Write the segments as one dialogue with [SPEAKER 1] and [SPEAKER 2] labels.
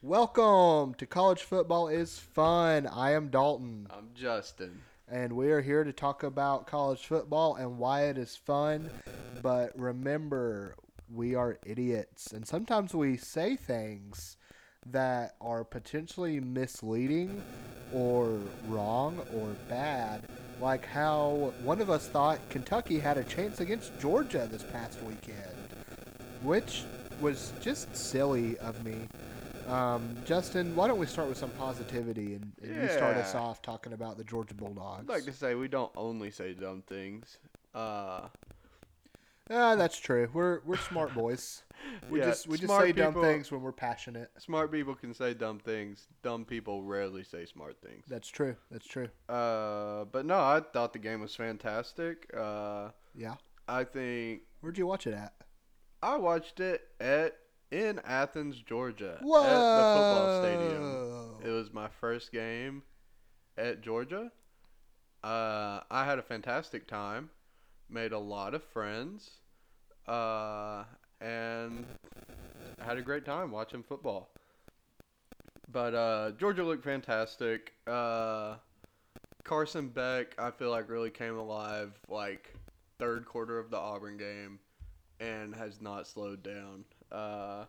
[SPEAKER 1] Welcome to College Football is Fun. I am Dalton,
[SPEAKER 2] I'm Justin.
[SPEAKER 1] and we are here to talk about college football and why it is fun. But remember, we are idiots, and sometimes we say things that are potentially misleading or wrong or bad, like how one of us thought Kentucky had a chance against Georgia this past weekend which was just silly of me. Um, Justin, why don't we start with some positivity and, and you start us
[SPEAKER 2] Yeah.
[SPEAKER 1] off talking about the Georgia Bulldogs?
[SPEAKER 2] I'd like to say we don't only say dumb things. Uh,
[SPEAKER 1] Ah, that's true. We're we're smart boys. We
[SPEAKER 2] Yeah,
[SPEAKER 1] just we just
[SPEAKER 2] smart
[SPEAKER 1] say dumb
[SPEAKER 2] people-
[SPEAKER 1] things when we're passionate.
[SPEAKER 2] smart people can say dumb things. Dumb people rarely say smart things.
[SPEAKER 1] That's true. That's true.
[SPEAKER 2] Uh, but no, I thought the game was fantastic. Uh,
[SPEAKER 1] Yeah.
[SPEAKER 2] I think
[SPEAKER 1] Where'd you watch it at?
[SPEAKER 2] I watched it at in Athens, Georgia,
[SPEAKER 1] Whoa.
[SPEAKER 2] at the football stadium. It was my first game at Georgia. Uh, I had a fantastic time, made a lot of friends, uh, and had a great time watching football. But uh, Georgia looked fantastic. Uh, Carson Beck, I feel like, really came alive like third quarter of the Auburn game and has not slowed down. Uh,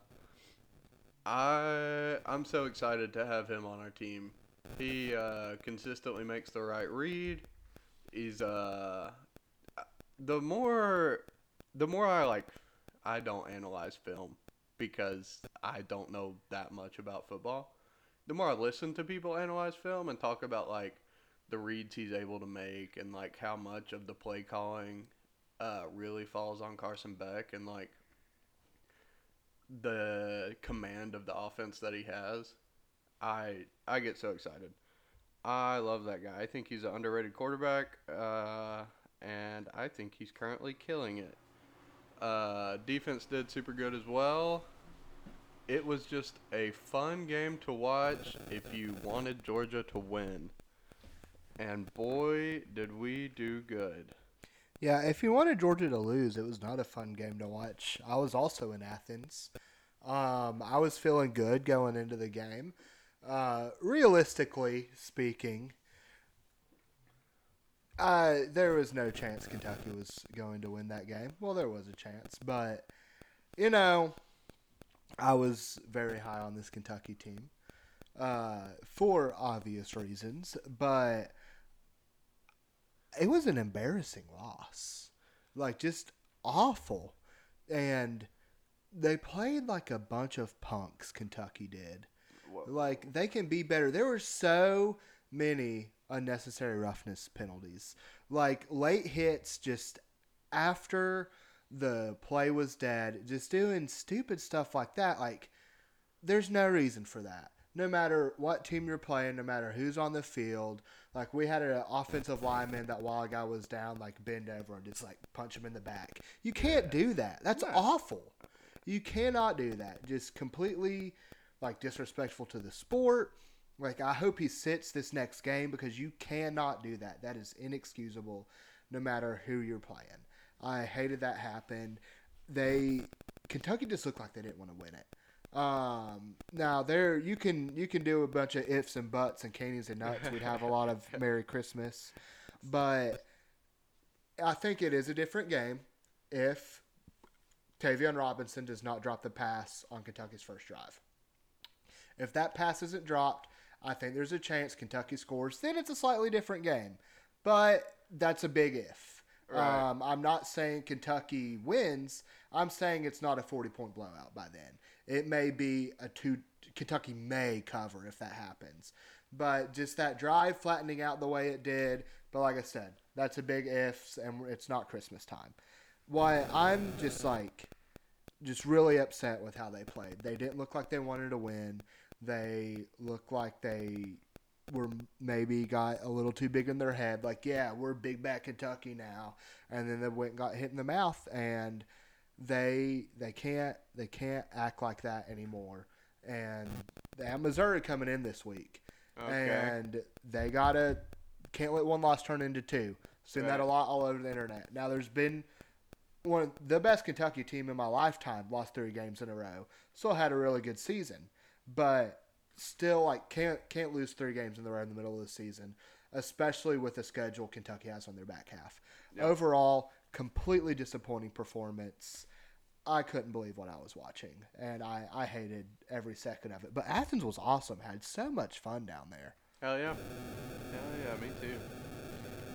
[SPEAKER 2] I I'm so excited to have him on our team. He uh, consistently makes the right read. He's uh the more the more I like I don't analyze film because I don't know that much about football. The more I listen to people analyze film and talk about like the reads he's able to make and like how much of the play calling uh, really falls on Carson Beck and like the command of the offense that he has, I I get so excited. I love that guy. I think he's an underrated quarterback, uh, and I think he's currently killing it. Uh, defense did super good as well. It was just a fun game to watch if you wanted Georgia to win. And boy, did we do good.
[SPEAKER 1] Yeah, if you wanted Georgia to lose, it was not a fun game to watch. I was also in Athens. Um, I was feeling good going into the game. Uh, realistically speaking, uh, there was no chance Kentucky was going to win that game. Well, there was a chance, but you know, I was very high on this Kentucky team uh, for obvious reasons, but it was an embarrassing loss. Like just awful. And they played like a bunch of punks Kentucky did.
[SPEAKER 2] Wha-
[SPEAKER 1] Like they can be better. There were so many unnecessary roughness penalties. Like late hits just after the play was dead, just doing stupid stuff like that. Like there's no reason for that. No matter what team you're playing, no matter who's on the field, like we had an offensive lineman that while a guy was down, like bend over and just like punch him in the back. You can't do that. That's
[SPEAKER 2] No.
[SPEAKER 1] awful. You cannot do that. Just completely like disrespectful to the sport. Like I hope he sits this next game because you cannot do that. That is inexcusable, no matter who you're playing. I hated that happened. They Kentucky just looked like they didn't want to win it. Um, now there you can you can do a bunch of ifs and buts and candies and nuts. We'd have a lot of Merry Christmas, but I think it is a different game if Tavion Robinson does not drop the pass on Kentucky's first drive. If that pass isn't dropped, I think there's a chance Kentucky scores. Then it's a slightly different game, but that's a big if.
[SPEAKER 2] Right.
[SPEAKER 1] Um, I'm not saying Kentucky wins. I'm saying it's not a 40 point blowout by then. It may be a two. Kentucky may cover if that happens, but just that drive flattening out the way it did. But like I said, that's a big ifs, and it's not Christmas time. Why I'm just like just really upset with how they played. They didn't look like they wanted to win. They looked like they were maybe got a little too big in their head. Like, yeah, we're big back Kentucky now, and then they went and got hit in the mouth, and they they can't they can't act like that anymore. And they have Missouri coming in this week,
[SPEAKER 2] Okay.
[SPEAKER 1] and they gotta can't let one loss turn into two. Seen that a
[SPEAKER 2] Right.
[SPEAKER 1] lot all over the internet. Now there's been one of the best Kentucky team in my lifetime lost three games in a row. Still had a really good season, but still like can't can't lose three games in the row in the middle of the season, especially with the schedule Kentucky has on their back half.
[SPEAKER 2] Yeah.
[SPEAKER 1] Overall, completely disappointing performance. I couldn't believe what I was watching, and I, I hated every second of it. But Athens was awesome; had so much fun down there.
[SPEAKER 2] Hell yeah. Hell yeah, me too.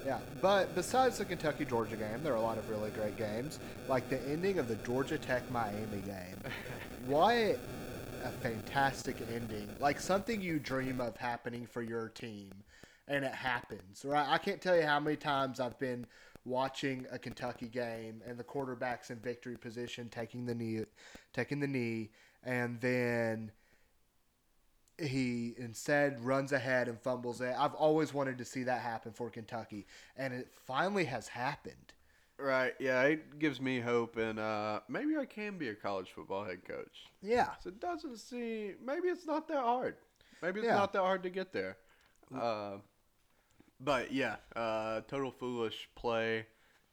[SPEAKER 1] Yeah, but besides the Kentucky Georgia game, there are a lot of really great games, like the ending of the Georgia Tech Miami game. what a fantastic ending! Like something you dream of happening for your team, and it happens. Right? I can't tell you how many times I've been watching a Kentucky game and the quarterbacks in victory position taking the knee, taking the knee, and then he instead runs ahead and fumbles it. I've always wanted to see that happen for Kentucky, and it finally has happened.
[SPEAKER 2] Right, yeah, it gives me hope, and uh, maybe I can be a college football head coach.
[SPEAKER 1] Yeah,
[SPEAKER 2] So it doesn't seem. Maybe it's not that hard. Maybe it's
[SPEAKER 1] Yeah.
[SPEAKER 2] not that hard to get there. Uh, but yeah, uh, total foolish play.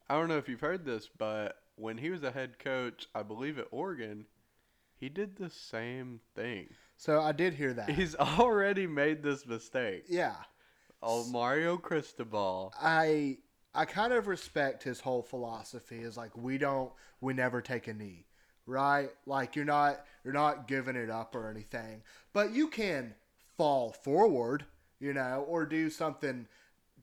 [SPEAKER 2] I don't know if you've heard this, but when he was a head coach, I believe at Oregon, he did the same thing.
[SPEAKER 1] so I did hear that.
[SPEAKER 2] He's already made this mistake.
[SPEAKER 1] yeah,
[SPEAKER 2] Oh, Mario Cristobal.
[SPEAKER 1] I I kind of respect his whole philosophy is like we don't we never take a knee, right? Like you're not you're not giving it up or anything, but you can fall forward, you know, or do something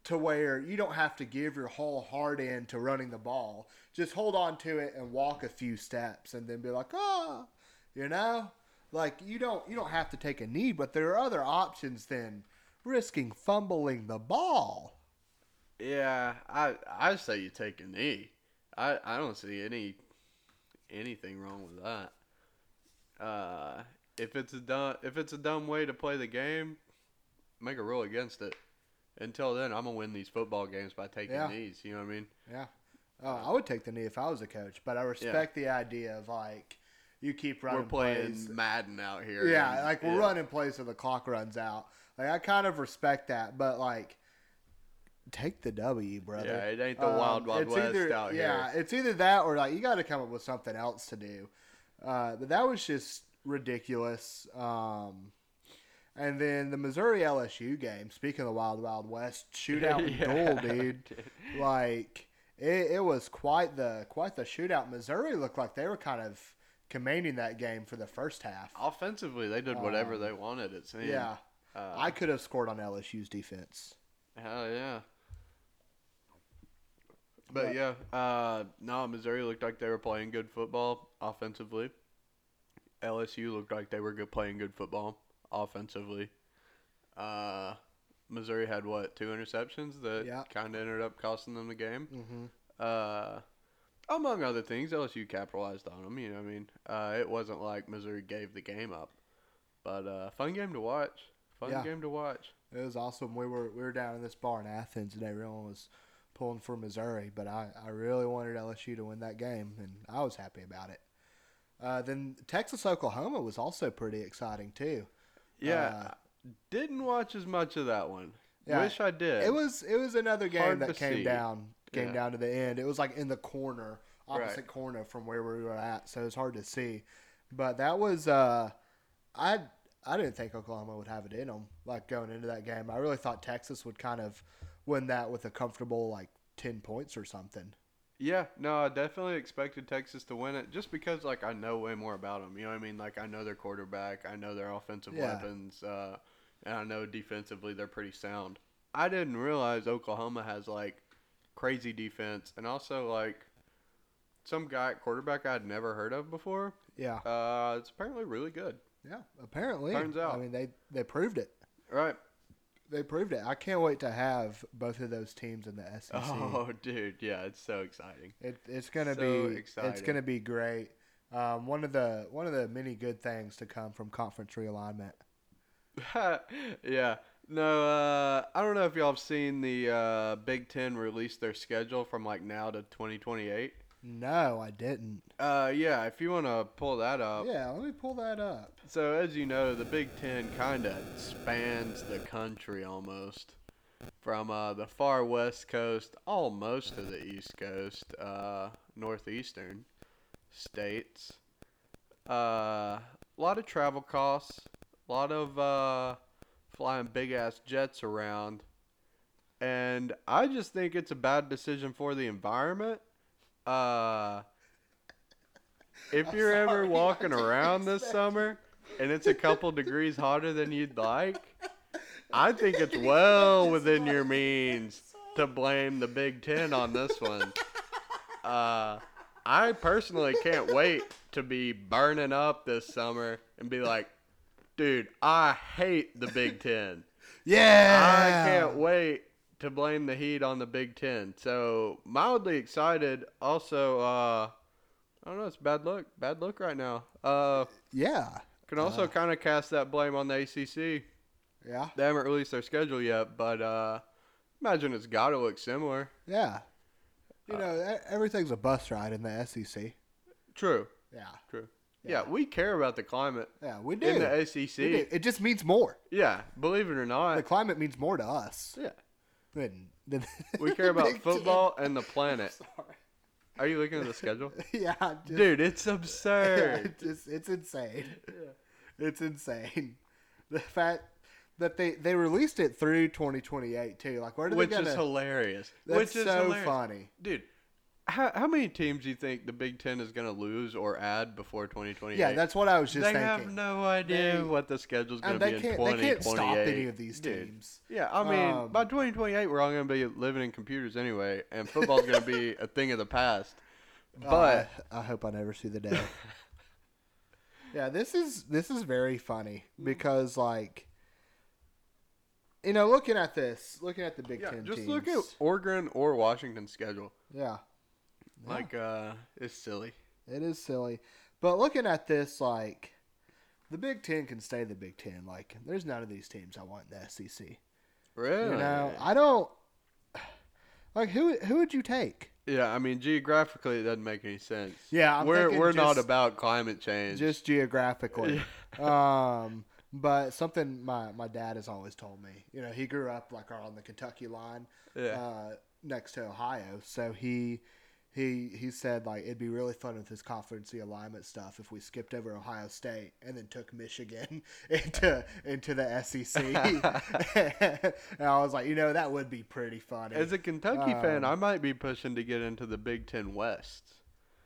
[SPEAKER 1] to where you don't have to give your whole heart in to running the ball. Just hold on to it and walk a few steps and then be like, "Ah," you know? Like you don't you don't have to take a knee, but there are other options than risking fumbling the ball.
[SPEAKER 2] Yeah, I I say you take a knee. I I don't see any anything wrong with that. Uh, if it's a dumb if it's a dumb way to play the game, make a rule against it. Until then, I'm gonna win these football games by taking
[SPEAKER 1] Yeah.
[SPEAKER 2] knees. You know what I mean?
[SPEAKER 1] Yeah. Oh, I would take the knee if I was a coach, but I respect the idea of like you keep running
[SPEAKER 2] We're playing
[SPEAKER 1] plays.
[SPEAKER 2] Madden out here.
[SPEAKER 1] Yeah,
[SPEAKER 2] and-
[SPEAKER 1] like we're
[SPEAKER 2] yeah.
[SPEAKER 1] running plays so the clock runs out. Like I kind of respect that, but like take the W, brother.
[SPEAKER 2] Yeah, it ain't the wild,
[SPEAKER 1] Um,
[SPEAKER 2] wild
[SPEAKER 1] it's
[SPEAKER 2] west
[SPEAKER 1] either,
[SPEAKER 2] out
[SPEAKER 1] yeah, it's either that or like you got to come up with something else to do. Uh, but that was just ridiculous. Um, and then the Missouri LSU game. Speaking of the wild, wild west shootout and
[SPEAKER 2] Yeah.
[SPEAKER 1] duel, dude like it, it was quite the quite the shootout. Missouri looked like they were kind of commanding that game for the first half.
[SPEAKER 2] Oh, Offensively, they did whatever
[SPEAKER 1] Um,
[SPEAKER 2] they wanted. It seemed.
[SPEAKER 1] yeah,
[SPEAKER 2] Uh,
[SPEAKER 1] I could have scored on LSU's defense.
[SPEAKER 2] Hell yeah.
[SPEAKER 1] But-
[SPEAKER 2] But yeah, uh, no, Missouri looked like they were playing good football offensively. LSU looked like they were good playing good football offensively. Uh, Missouri had what two interceptions that
[SPEAKER 1] Yeah.
[SPEAKER 2] kind of ended up costing them the game.
[SPEAKER 1] Mm-hmm.
[SPEAKER 2] Uh, among other things, LSU capitalized on them. You know, what I mean, uh, it wasn't like Missouri gave the game up, but uh, fun game to watch. Fun
[SPEAKER 1] Yeah.
[SPEAKER 2] game to watch.
[SPEAKER 1] It was awesome. We were we were down in this bar in Athens, and everyone was pulling for Missouri, but I, I really wanted LSU to win that game, and I was happy about it. Uh, then Texas Oklahoma was also pretty exciting too.
[SPEAKER 2] Yeah, didn't watch as much of that one.
[SPEAKER 1] Uh, Yeah,
[SPEAKER 2] Wish I did.
[SPEAKER 1] It was it was another game
[SPEAKER 2] Hard
[SPEAKER 1] that
[SPEAKER 2] to
[SPEAKER 1] came
[SPEAKER 2] see.
[SPEAKER 1] down came
[SPEAKER 2] Yeah.
[SPEAKER 1] down to the end. It was like in the corner, opposite
[SPEAKER 2] Right.
[SPEAKER 1] corner from where we were at, so it was hard to see. But that was uh, I I didn't think Oklahoma would have it in them. Like going into that game, I really thought Texas would kind of win that with a comfortable like ten points or something.
[SPEAKER 2] yeah, no, I definitely expected Texas to win it just because like I know way more about them. You know what I mean? Like I know their quarterback, I know their offensive
[SPEAKER 1] Yeah.
[SPEAKER 2] weapons, uh, and I know defensively they're pretty sound. I didn't realize Oklahoma has like crazy defense and also like some guy at quarterback I'd never heard of before.
[SPEAKER 1] Yeah,
[SPEAKER 2] Uh, it's apparently really good.
[SPEAKER 1] yeah. Apparently,
[SPEAKER 2] Turns
[SPEAKER 1] I
[SPEAKER 2] out.
[SPEAKER 1] mean they they proved it.
[SPEAKER 2] Right.
[SPEAKER 1] They proved it. I can't wait to have both of those teams in the E SEC.
[SPEAKER 2] Oh, dude, yeah, it's so exciting.
[SPEAKER 1] It, it's gonna
[SPEAKER 2] So
[SPEAKER 1] be it's
[SPEAKER 2] exciting.
[SPEAKER 1] gonna be great. Um, one of the one of the many good things to come from conference realignment.
[SPEAKER 2] yeah. No, uh, I don't know if y'all have seen the uh, Big Ten release their schedule from like now to 2028.
[SPEAKER 1] No, I didn't.
[SPEAKER 2] Uh, yeah, if you want to pull that up.
[SPEAKER 1] Yeah, let me pull that up.
[SPEAKER 2] So, as you know, the Big Ten kind of spans the country almost. From uh, the far west coast, almost to the east coast, uh, northeastern states. A uh, lot of travel costs, A lot of uh, flying big ass jets around. And I just think it's a bad decision for the environment. Uh, if
[SPEAKER 1] I'm
[SPEAKER 2] you're
[SPEAKER 1] sorry,
[SPEAKER 2] ever
[SPEAKER 1] I
[SPEAKER 2] walking
[SPEAKER 1] didn't
[SPEAKER 2] around this
[SPEAKER 1] expect-
[SPEAKER 2] summer and it's a couple degrees hotter than you'd like, I think it's well within your means to blame the Big Ten on this one. Uh, I personally can't wait to be burning up this summer and be like, dude, I hate the Big Ten.
[SPEAKER 1] Yeah.
[SPEAKER 2] I can't wait to blame the Heat on the Big Ten. So mildly excited. Also, uh, I don't know. It's bad look. Bad look right now. Uh,
[SPEAKER 1] Yeah.
[SPEAKER 2] can also
[SPEAKER 1] Uh.
[SPEAKER 2] kind of cast that blame on the ACC.
[SPEAKER 1] Yeah.
[SPEAKER 2] They haven't released their schedule yet, but uh, imagine it's got to look similar.
[SPEAKER 1] Yeah. You
[SPEAKER 2] Uh,
[SPEAKER 1] know, e- everything's a bus ride in the E SEC.
[SPEAKER 2] True.
[SPEAKER 1] Yeah.
[SPEAKER 2] True.
[SPEAKER 1] Yeah.
[SPEAKER 2] Yeah, we care about the climate
[SPEAKER 1] Yeah, we
[SPEAKER 2] in
[SPEAKER 1] do.
[SPEAKER 2] the E
[SPEAKER 1] We do.
[SPEAKER 2] ACC.
[SPEAKER 1] It just means more.
[SPEAKER 2] Yeah, believe it or
[SPEAKER 1] The
[SPEAKER 2] not.
[SPEAKER 1] climate means more to us
[SPEAKER 2] Yeah,
[SPEAKER 1] than, than
[SPEAKER 2] we care about
[SPEAKER 1] Big Ten.
[SPEAKER 2] football and the planet.
[SPEAKER 1] Sorry.
[SPEAKER 2] Are you looking at the schedule?
[SPEAKER 1] Yeah, I'm just,
[SPEAKER 2] Dude, it's
[SPEAKER 1] yeah,
[SPEAKER 2] absurd.
[SPEAKER 1] it's just it's insane. It's insane. The fact that they they released it through 2028 too. Like, where do
[SPEAKER 2] Which
[SPEAKER 1] they gonna?
[SPEAKER 2] is hilarious.
[SPEAKER 1] that's
[SPEAKER 2] Which is
[SPEAKER 1] so
[SPEAKER 2] hilarious.
[SPEAKER 1] funny.
[SPEAKER 2] Dude, how, how many teams do you think the Big Ten is going to lose or add before 2028?
[SPEAKER 1] Yeah, that's what I was
[SPEAKER 2] They
[SPEAKER 1] just
[SPEAKER 2] have
[SPEAKER 1] thinking.
[SPEAKER 2] no idea
[SPEAKER 1] They-
[SPEAKER 2] what the schedule's going
[SPEAKER 1] and
[SPEAKER 2] to
[SPEAKER 1] they
[SPEAKER 2] be in
[SPEAKER 1] can't they
[SPEAKER 2] 2028.
[SPEAKER 1] can't stop any of these
[SPEAKER 2] Dude.
[SPEAKER 1] teams.
[SPEAKER 2] Yeah, I mean,
[SPEAKER 1] Um,
[SPEAKER 2] by 2028, we're all going to be living in computers anyway, and football's going to be a thing of the past. But
[SPEAKER 1] Uh, I hope I never see the day. yeah, this is this is very funny
[SPEAKER 2] Mm.
[SPEAKER 1] because like. You know, looking at this, looking at the Big
[SPEAKER 2] yeah,
[SPEAKER 1] Ten
[SPEAKER 2] just
[SPEAKER 1] teams,
[SPEAKER 2] look at Oregon or Washington's schedule.
[SPEAKER 1] yeah, Yeah.
[SPEAKER 2] Like, uh, it's silly.
[SPEAKER 1] It is silly. But looking at this, like, the Big Ten can stay the Big Ten. Like, there's none of these teams I want in the SEC.
[SPEAKER 2] Really?
[SPEAKER 1] You know, I don't. Like, who who would you take?
[SPEAKER 2] yeah, I mean, geographically, it doesn't make any sense.
[SPEAKER 1] Yeah, I'm
[SPEAKER 2] we're
[SPEAKER 1] thinking
[SPEAKER 2] we're not
[SPEAKER 1] just-
[SPEAKER 2] about climate change.
[SPEAKER 1] Just geographically. um, but something my, my dad has always told me. You know, he grew up, like, on the Kentucky line
[SPEAKER 2] yeah.
[SPEAKER 1] uh, next to Ohio. So he. He, he said like it'd be really fun with this competency alignment stuff if we skipped over Ohio State and then took Michigan into into the SEC. and I was like, you know, that would be pretty funny.
[SPEAKER 2] As a Kentucky fan,
[SPEAKER 1] Um,
[SPEAKER 2] I might be pushing to get into the Big Ten West.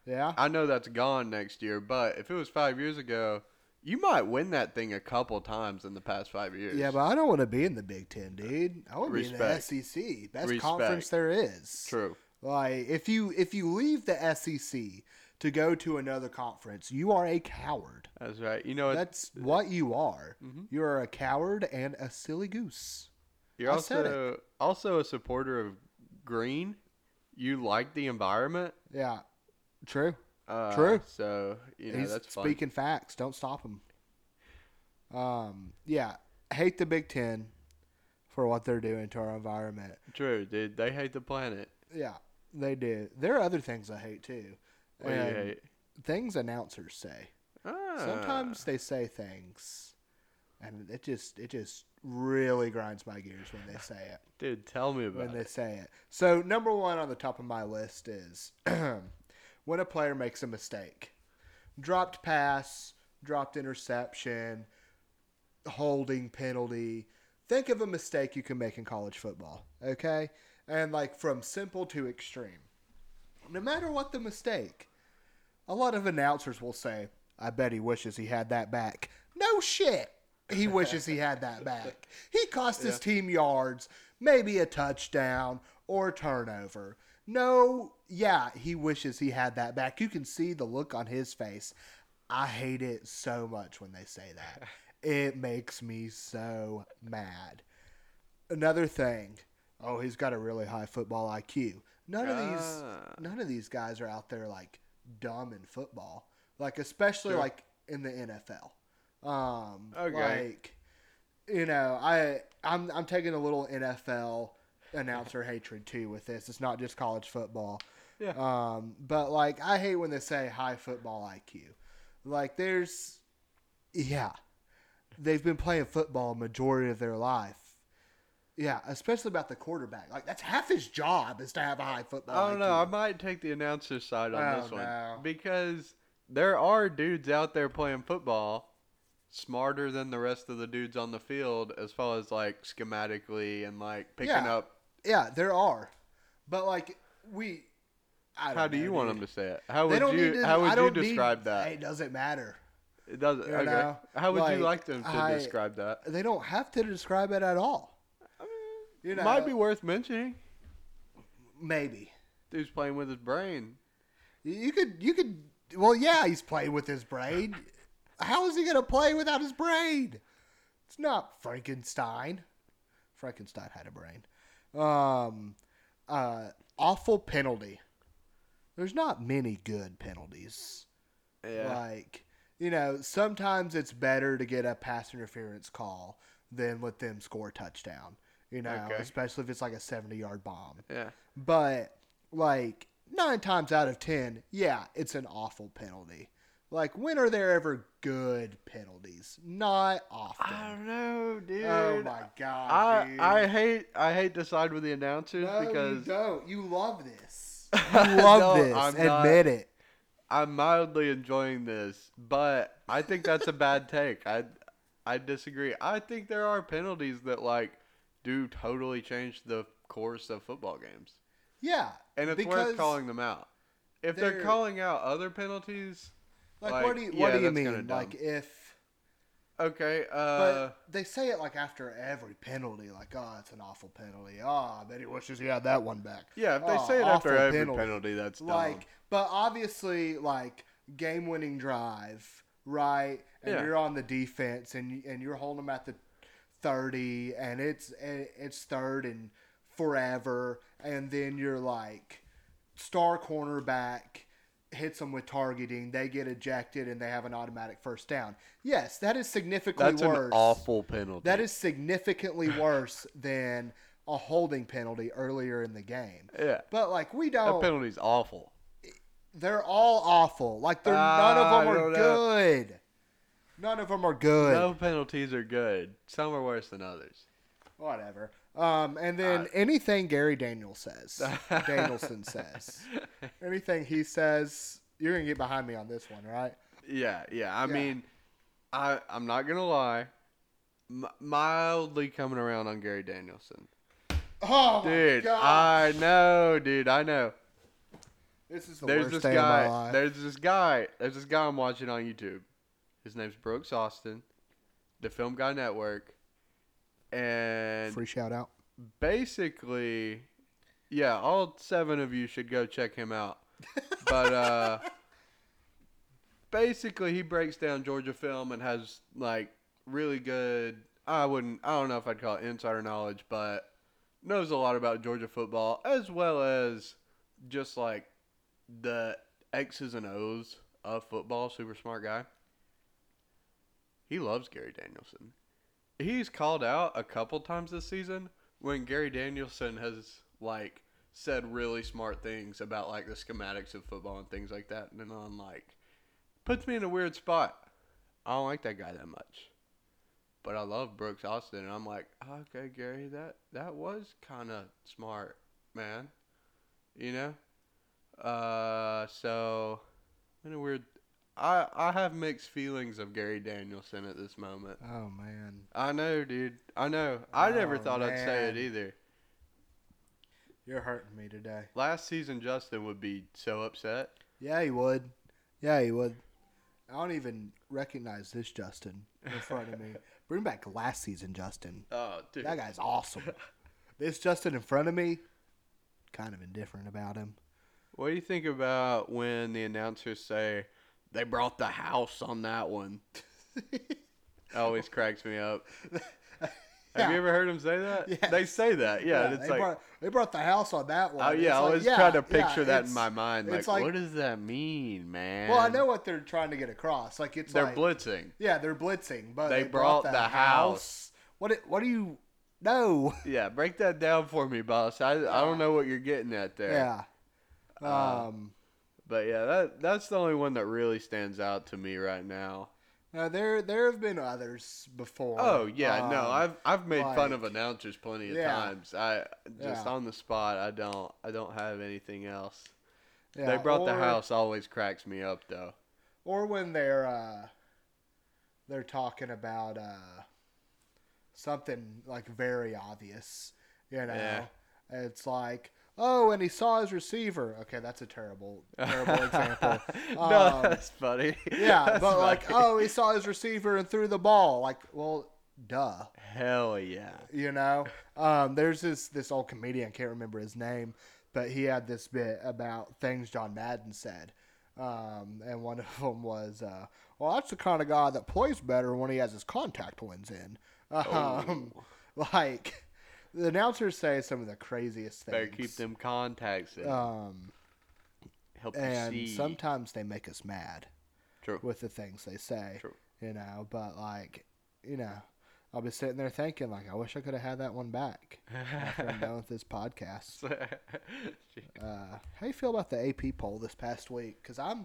[SPEAKER 1] yeah,
[SPEAKER 2] I know that's gone next year, but if it was five years ago, you might win that thing a couple times in the past five years.
[SPEAKER 1] yeah, but I don't want to be in the Big Ten, dude. I want to be in the
[SPEAKER 2] Respect.
[SPEAKER 1] SEC, best
[SPEAKER 2] Respect.
[SPEAKER 1] conference there is.
[SPEAKER 2] true.
[SPEAKER 1] Like if you if you leave the SEC to go to another conference, you are a coward.
[SPEAKER 2] That's right. You know, it,
[SPEAKER 1] That's what you are.
[SPEAKER 2] Mhm.
[SPEAKER 1] You are a coward and a silly goose.
[SPEAKER 2] you're
[SPEAKER 1] I said
[SPEAKER 2] also also a supporter of green. You like the environment.
[SPEAKER 1] Yeah, true.
[SPEAKER 2] Uh,
[SPEAKER 1] True.
[SPEAKER 2] So you know
[SPEAKER 1] He's
[SPEAKER 2] that's fun.
[SPEAKER 1] speaking facts. Don't stop him. Um, yeah, hate the Big Ten for what they're doing to our environment.
[SPEAKER 2] True, dude. They hate the planet.
[SPEAKER 1] Yeah, they do. There are other things I hate too.
[SPEAKER 2] What do you
[SPEAKER 1] And
[SPEAKER 2] hate?
[SPEAKER 1] Things announcers say.
[SPEAKER 2] Ah,
[SPEAKER 1] Sometimes they say things, and it just it just really grinds my gears when they say it.
[SPEAKER 2] dude, tell me
[SPEAKER 1] when
[SPEAKER 2] about
[SPEAKER 1] they
[SPEAKER 2] it.
[SPEAKER 1] say it. So number one on the top of my list is when a player makes a mistake, dropped pass, dropped interception, holding penalty. Think of a mistake you can make in college football, okay? And like from simple to extreme. No matter what the mistake, a lot of announcers will say, I bet he wishes he had that back. No shit. He wishes he had that back. He cost his team yards, maybe a touchdown or a turnover. No, yeah, he wishes he had that back. You can see the look on his face. I hate it so much when they say that. It makes me so mad. Another thing, oh, he's got a really high football IQ. None of these
[SPEAKER 2] Ah.
[SPEAKER 1] none of these guys are out there like dumb in football, like especially
[SPEAKER 2] Sure.
[SPEAKER 1] like in the NFL. Um,
[SPEAKER 2] Okay.
[SPEAKER 1] like you know, I I'm I'm taking a little NFL announcer hatred too with this. It's not just college football.
[SPEAKER 2] Yeah.
[SPEAKER 1] Um, but like I hate when they say high football IQ. Like there's yeah. They've been playing football majority of their life. Yeah, especially about the quarterback. Like that's half his job is to have a high football.
[SPEAKER 2] I don't know. I
[SPEAKER 1] IQ.
[SPEAKER 2] might take the announcer side on
[SPEAKER 1] Oh,
[SPEAKER 2] this one
[SPEAKER 1] no.
[SPEAKER 2] because there are dudes out there playing football, smarter than the rest of the dudes on the field as far as like schematically and like picking
[SPEAKER 1] Yeah.
[SPEAKER 2] up.
[SPEAKER 1] Yeah, there are, but like we. I don't
[SPEAKER 2] How do
[SPEAKER 1] know,
[SPEAKER 2] you want
[SPEAKER 1] dude.
[SPEAKER 2] them to say it? How
[SPEAKER 1] They
[SPEAKER 2] would
[SPEAKER 1] don't
[SPEAKER 2] you
[SPEAKER 1] need to,
[SPEAKER 2] How
[SPEAKER 1] I
[SPEAKER 2] would you
[SPEAKER 1] don't need-
[SPEAKER 2] describe that?
[SPEAKER 1] It doesn't matter.
[SPEAKER 2] it doesn't.
[SPEAKER 1] you
[SPEAKER 2] Okay.
[SPEAKER 1] know,
[SPEAKER 2] how would
[SPEAKER 1] like,
[SPEAKER 2] you like them to
[SPEAKER 1] I-
[SPEAKER 2] describe that?
[SPEAKER 1] They don't have to describe it at all. You know,
[SPEAKER 2] Might be worth mentioning.
[SPEAKER 1] maybe
[SPEAKER 2] Dude's playing with his brain.
[SPEAKER 1] you could you could. Well, yeah, he's playing with his brain. How is he gonna play without his brain? It's not Frankenstein. Frankenstein had a brain. Um, uh, awful penalty. There's not many good penalties.
[SPEAKER 2] Yeah.
[SPEAKER 1] Like, you know, sometimes it's better to get a pass interference call than let them score a touchdown, you know,
[SPEAKER 2] Okay.
[SPEAKER 1] especially if it's like a 70 yard bomb.
[SPEAKER 2] Yeah.
[SPEAKER 1] But, like, nine times out of 10, yeah, it's an awful penalty. Like, when are there ever good penalties? Not
[SPEAKER 2] I
[SPEAKER 1] often.
[SPEAKER 2] don't know, Ah, dude.
[SPEAKER 1] oh, my God.
[SPEAKER 2] I
[SPEAKER 1] dude.
[SPEAKER 2] I hate I hate to side with the announcers
[SPEAKER 1] no, you
[SPEAKER 2] because
[SPEAKER 1] don't. You love this. You
[SPEAKER 2] I
[SPEAKER 1] love
[SPEAKER 2] don't.
[SPEAKER 1] this.
[SPEAKER 2] I'm
[SPEAKER 1] Admit
[SPEAKER 2] not-
[SPEAKER 1] it.
[SPEAKER 2] I'm mildly enjoying this, but I think that's a bad take. I I disagree. I think there are penalties that like do totally change the course of football games,
[SPEAKER 1] Yeah.
[SPEAKER 2] and it's
[SPEAKER 1] because-
[SPEAKER 2] worth calling them out. If they're,
[SPEAKER 1] they're-
[SPEAKER 2] calling out other penalties,
[SPEAKER 1] Like,
[SPEAKER 2] like,
[SPEAKER 1] what do you, what
[SPEAKER 2] yeah,
[SPEAKER 1] do you
[SPEAKER 2] that's kinda
[SPEAKER 1] mean?
[SPEAKER 2] dumb.
[SPEAKER 1] Like, if.
[SPEAKER 2] okay.
[SPEAKER 1] But
[SPEAKER 2] Uh,
[SPEAKER 1] they say it like after every penalty, like, oh, it's an awful penalty. Oh, I bet he wishes he had that one back.
[SPEAKER 2] yeah, if they
[SPEAKER 1] "Oh,
[SPEAKER 2] say it
[SPEAKER 1] awful
[SPEAKER 2] after every penalty, that's dumb.
[SPEAKER 1] Like, but obviously, like, game winning drive, right? And
[SPEAKER 2] Yeah.
[SPEAKER 1] you're on the defense and, you- and you're holding them at the 30, and it's, and it's third and forever. And then you're like, star cornerback hits them with targeting. They get ejected and they have an automatic first down. Yes, that is significantly
[SPEAKER 2] that's
[SPEAKER 1] worse.
[SPEAKER 2] an awful penalty.
[SPEAKER 1] That is significantly worse than a holding penalty earlier in the game.
[SPEAKER 2] yeah.
[SPEAKER 1] But like we
[SPEAKER 2] That
[SPEAKER 1] don't,
[SPEAKER 2] penalty's awful.
[SPEAKER 1] they're all awful. Like they're none
[SPEAKER 2] Ah,
[SPEAKER 1] of
[SPEAKER 2] I
[SPEAKER 1] them are
[SPEAKER 2] don't know.
[SPEAKER 1] good. None of them are good.
[SPEAKER 2] No penalties are good. Some are worse than others.
[SPEAKER 1] Whatever. Um, and
[SPEAKER 2] Uh,
[SPEAKER 1] then anything Gary Daniel says, Danielson says, anything he says, you're gonna get behind me on this one, right?
[SPEAKER 2] Yeah, yeah. I
[SPEAKER 1] Yeah.
[SPEAKER 2] mean, I I'm not gonna lie, M- mildly coming around on Gary Danielson,
[SPEAKER 1] Oh my
[SPEAKER 2] dude.
[SPEAKER 1] god,
[SPEAKER 2] I know, dude. I know.
[SPEAKER 1] this is the
[SPEAKER 2] there's
[SPEAKER 1] worst
[SPEAKER 2] this
[SPEAKER 1] day of my
[SPEAKER 2] guy.
[SPEAKER 1] life.
[SPEAKER 2] There's this guy. There's this guy I'm watching on YouTube. His name's Brooks Austin, the Film Guy Network, and
[SPEAKER 1] Free shout out.
[SPEAKER 2] basically, yeah, all seven of you should go check him out. But uh, basically, he breaks down Georgia film and has like really good. I wouldn't. I don't know if I'd call it insider knowledge, but knows a lot about Georgia football as well as just like the X's and O's of football. Super smart guy. He loves Gary Danielson he's called out a couple times this season when Gary Danielson has like said really smart things about like the schematics of football and things like that, and then I'm like, puts me in a weird spot. I don't like that guy that much, but I love Brooks Austin, and I'm like, okay, Gary, that that was kind of smart, man. You know, uh, so I'm in a weird. I, I have mixed feelings of Gary Danielson at this moment.
[SPEAKER 1] Oh man,
[SPEAKER 2] I know, dude. I know. I never
[SPEAKER 1] Oh,
[SPEAKER 2] thought I'd say
[SPEAKER 1] man.
[SPEAKER 2] it either.
[SPEAKER 1] you're hurting me today.
[SPEAKER 2] Last season, Justin would be so upset.
[SPEAKER 1] Yeah, he would. Yeah, he would. I don't even recognize this Justin in front of me. Bring back last season Justin.
[SPEAKER 2] Oh, dude.
[SPEAKER 1] That guy's awesome. This Justin in front of me, kind of indifferent about him.
[SPEAKER 2] What do you think about when the announcers say they brought the house on that one? Always cracks me up. Have
[SPEAKER 1] Yeah.
[SPEAKER 2] you ever heard them say that?
[SPEAKER 1] Yes.
[SPEAKER 2] They say that. Yeah, and it's
[SPEAKER 1] they,
[SPEAKER 2] like.
[SPEAKER 1] brought, they brought the house on that one.
[SPEAKER 2] Oh
[SPEAKER 1] It's
[SPEAKER 2] yeah, I
[SPEAKER 1] like,
[SPEAKER 2] always
[SPEAKER 1] yeah,
[SPEAKER 2] try to
[SPEAKER 1] yeah,
[SPEAKER 2] picture that in
[SPEAKER 1] it's-
[SPEAKER 2] my mind. Like,
[SPEAKER 1] it's like-
[SPEAKER 2] what does that mean, man?
[SPEAKER 1] Well, I know what they're trying to get across. Like it's
[SPEAKER 2] they're
[SPEAKER 1] like,
[SPEAKER 2] blitzing.
[SPEAKER 1] yeah, they're blitzing, but
[SPEAKER 2] They brought the house.
[SPEAKER 1] What? it- What do you? No.
[SPEAKER 2] Yeah, break that down for me, boss. I, I don't know what you're getting at there.
[SPEAKER 1] Yeah.
[SPEAKER 2] Uh,
[SPEAKER 1] Um.
[SPEAKER 2] But yeah, that that's the only one that really stands out to me right now.
[SPEAKER 1] Now there there have been others before.
[SPEAKER 2] Oh yeah, no,
[SPEAKER 1] Um,
[SPEAKER 2] I've I've made fun of
[SPEAKER 1] like-
[SPEAKER 2] announcers plenty of
[SPEAKER 1] Yeah.
[SPEAKER 2] times. I just
[SPEAKER 1] Yeah.
[SPEAKER 2] on the spot, I don't I don't have anything else.
[SPEAKER 1] yeah,
[SPEAKER 2] they brought the
[SPEAKER 1] or-
[SPEAKER 2] house always cracks me up though.
[SPEAKER 1] or when they're uh, they're talking about uh, something like very obvious. You know,
[SPEAKER 2] Yeah.
[SPEAKER 1] it's like, oh, and he saw his receiver. Okay, that's a terrible, terrible example.
[SPEAKER 2] no,
[SPEAKER 1] Um,
[SPEAKER 2] that's funny.
[SPEAKER 1] Yeah,
[SPEAKER 2] That's
[SPEAKER 1] but like,
[SPEAKER 2] funny.
[SPEAKER 1] oh, he saw his receiver and threw the ball. Like, well, duh.
[SPEAKER 2] hell yeah.
[SPEAKER 1] You know, um, there's this this old comedian can't remember his name, but he had this bit about things John Madden said, um, and one of them was, uh, "Well, that's the kind of guy that plays better when he has his contact lens in."
[SPEAKER 2] Oh.
[SPEAKER 1] Um, Like, the announcers say some of the craziest things.
[SPEAKER 2] Better keep them contacts in.
[SPEAKER 1] Um,
[SPEAKER 2] Help you
[SPEAKER 1] and
[SPEAKER 2] see.
[SPEAKER 1] sometimes they make us mad
[SPEAKER 2] True.
[SPEAKER 1] with the things they say.
[SPEAKER 2] True.
[SPEAKER 1] You know, but like, you know, I'll be sitting there thinking, like, I wish I could have had that one back after I'm done with this podcast. Uh, how you feel about the AP poll this past week? Because I'm,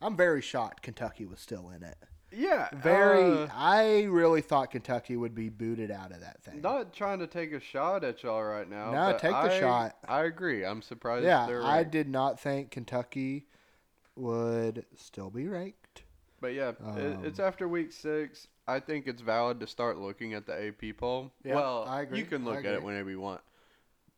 [SPEAKER 1] I'm very shocked Kentucky was still in it.
[SPEAKER 2] yeah.
[SPEAKER 1] Very,
[SPEAKER 2] uh,
[SPEAKER 1] I really thought Kentucky would be booted out of that thing.
[SPEAKER 2] Not trying to take a shot at y'all right now.
[SPEAKER 1] No,
[SPEAKER 2] but
[SPEAKER 1] take the
[SPEAKER 2] I-
[SPEAKER 1] shot.
[SPEAKER 2] I agree. I'm surprised.
[SPEAKER 1] yeah,
[SPEAKER 2] they're
[SPEAKER 1] I
[SPEAKER 2] ranked.
[SPEAKER 1] did not think Kentucky would still be ranked.
[SPEAKER 2] But yeah,
[SPEAKER 1] Um,
[SPEAKER 2] it, it's after week six. I think it's valid to start looking at the AP poll.
[SPEAKER 1] Yeah,
[SPEAKER 2] well,
[SPEAKER 1] I agree,
[SPEAKER 2] you can
[SPEAKER 1] I
[SPEAKER 2] look at it
[SPEAKER 1] agree.
[SPEAKER 2] whenever you want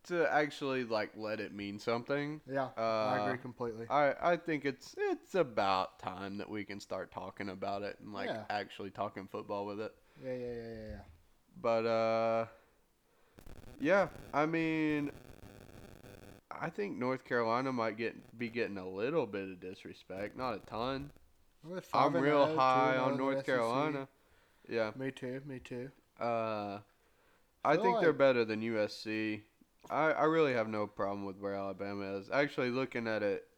[SPEAKER 2] to actually like let it mean something.
[SPEAKER 1] Yeah, I
[SPEAKER 2] Uh,
[SPEAKER 1] agree completely.
[SPEAKER 2] I I think it's it's about time that we can start talking about it and like
[SPEAKER 1] Yeah.
[SPEAKER 2] actually talking football with it.
[SPEAKER 1] Yeah, yeah, yeah, yeah, yeah.
[SPEAKER 2] But uh yeah, I mean I think North Carolina might get be getting a little bit of disrespect, not a ton.
[SPEAKER 1] We're
[SPEAKER 2] I'm
[SPEAKER 1] 5-0,
[SPEAKER 2] real high
[SPEAKER 1] 2-0 in E
[SPEAKER 2] on
[SPEAKER 1] the
[SPEAKER 2] North
[SPEAKER 1] SEC.
[SPEAKER 2] Carolina. Yeah.
[SPEAKER 1] Me too. Me too.
[SPEAKER 2] Uh I
[SPEAKER 1] Feel
[SPEAKER 2] think they're
[SPEAKER 1] like-
[SPEAKER 2] better than USC. I, I really have no problem with where Alabama is. Actually looking at it,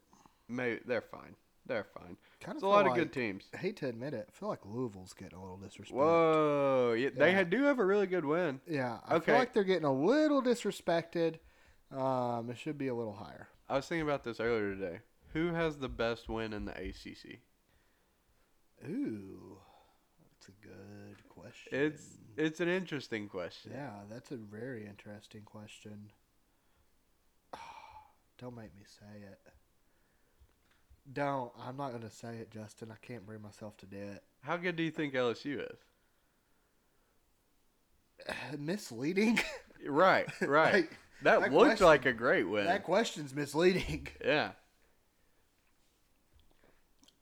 [SPEAKER 2] may they're fine. They're fine.
[SPEAKER 1] Kind
[SPEAKER 2] It's a lot of good teams.
[SPEAKER 1] I hate to admit it. I feel like Louisville's getting a little disrespect.
[SPEAKER 2] Whoa. Yeah, They
[SPEAKER 1] Yeah.
[SPEAKER 2] had- do have a really good win.
[SPEAKER 1] Yeah, I
[SPEAKER 2] Okay.
[SPEAKER 1] feel like they're getting a little disrespected. Um, it should be a little higher.
[SPEAKER 2] I was thinking about this earlier today. Who has the best win in the ACC?
[SPEAKER 1] Ooh, that's a good question.
[SPEAKER 2] It's it's an interesting question.
[SPEAKER 1] yeah, that's a very interesting question. Don't make me say it. Don't. I'm not gonna say it, Justin. I can't bring myself to do it.
[SPEAKER 2] How good do you think LSU is?
[SPEAKER 1] misleading.
[SPEAKER 2] Right, right.
[SPEAKER 1] Like,
[SPEAKER 2] that,
[SPEAKER 1] that
[SPEAKER 2] looked
[SPEAKER 1] question-
[SPEAKER 2] like a great win.
[SPEAKER 1] that question's misleading.
[SPEAKER 2] yeah.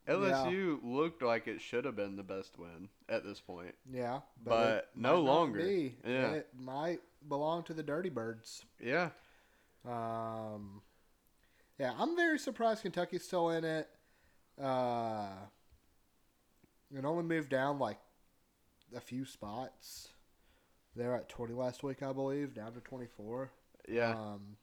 [SPEAKER 2] LSU looked like it should have been the best win at this point.
[SPEAKER 1] Yeah,
[SPEAKER 2] But
[SPEAKER 1] it
[SPEAKER 2] no
[SPEAKER 1] might not
[SPEAKER 2] longer.
[SPEAKER 1] be.
[SPEAKER 2] Yeah.
[SPEAKER 1] it might belong to the Dirty Birds.
[SPEAKER 2] Yeah.
[SPEAKER 1] Um, yeah, I'm very surprised Kentucky's still in it. Uh, it only moved down like a few spots. They're at 20 last week, I believe, down to 24.
[SPEAKER 2] Yeah.
[SPEAKER 1] Um,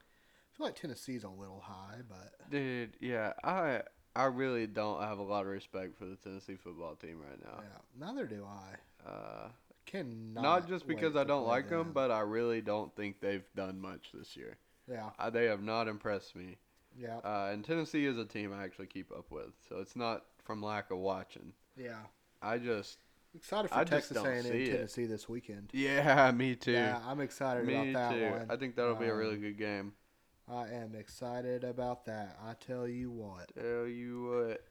[SPEAKER 1] I feel like Tennessee's a little high, but
[SPEAKER 2] Dude, yeah. I I really don't have a lot of respect for the Tennessee football team right now.
[SPEAKER 1] yeah, neither do I.
[SPEAKER 2] Uh
[SPEAKER 1] Cannot
[SPEAKER 2] not, just because
[SPEAKER 1] wait
[SPEAKER 2] I
[SPEAKER 1] to
[SPEAKER 2] don't
[SPEAKER 1] play
[SPEAKER 2] like them, but I really don't think they've done much this year.
[SPEAKER 1] yeah,
[SPEAKER 2] Uh, they have not impressed me.
[SPEAKER 1] yeah,
[SPEAKER 2] Uh, and Tennessee is a team I actually keep up with, so it's not from lack of watching.
[SPEAKER 1] yeah.
[SPEAKER 2] I just
[SPEAKER 1] Excited for
[SPEAKER 2] I just
[SPEAKER 1] Texas
[SPEAKER 2] don't
[SPEAKER 1] A&M
[SPEAKER 2] see it.
[SPEAKER 1] Tennessee this weekend.
[SPEAKER 2] yeah, me too.
[SPEAKER 1] Yeah, I'm excited
[SPEAKER 2] me
[SPEAKER 1] about that
[SPEAKER 2] too.
[SPEAKER 1] one.
[SPEAKER 2] I think that'll be a really
[SPEAKER 1] Um,
[SPEAKER 2] good game.
[SPEAKER 1] I am excited about that. I tell you what.
[SPEAKER 2] Tell you what,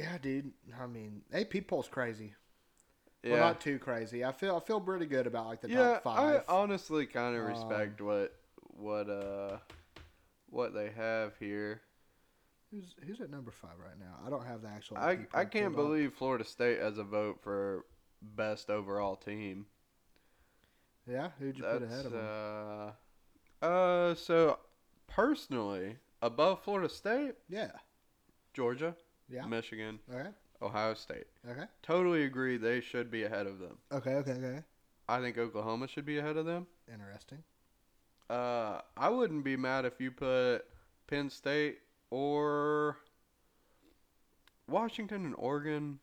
[SPEAKER 1] Yeah, dude. I mean, AP poll's crazy.
[SPEAKER 2] yeah,
[SPEAKER 1] Well, not too crazy. I feel I feel pretty good about like the
[SPEAKER 2] yeah.
[SPEAKER 1] top five. Um,
[SPEAKER 2] I honestly kind of respect what what uh what they have here.
[SPEAKER 1] who's who's at number five right now? I don't have the actual.
[SPEAKER 2] I
[SPEAKER 1] AP
[SPEAKER 2] I
[SPEAKER 1] poll
[SPEAKER 2] can't
[SPEAKER 1] pulled up.
[SPEAKER 2] believe Florida State has a vote for best overall team.
[SPEAKER 1] Yeah, who'd you put ahead of them?
[SPEAKER 2] uh, uh, so personally, above Florida State,
[SPEAKER 1] yeah.
[SPEAKER 2] Georgia,
[SPEAKER 1] Yeah.
[SPEAKER 2] Michigan,
[SPEAKER 1] Okay.
[SPEAKER 2] Ohio State.
[SPEAKER 1] Okay.
[SPEAKER 2] Totally agree. They should be ahead of them.
[SPEAKER 1] Okay. Okay. Okay.
[SPEAKER 2] I think Oklahoma should be ahead of them.
[SPEAKER 1] Interesting.
[SPEAKER 2] Uh, I wouldn't be mad if you put Penn State or Washington and Oregon.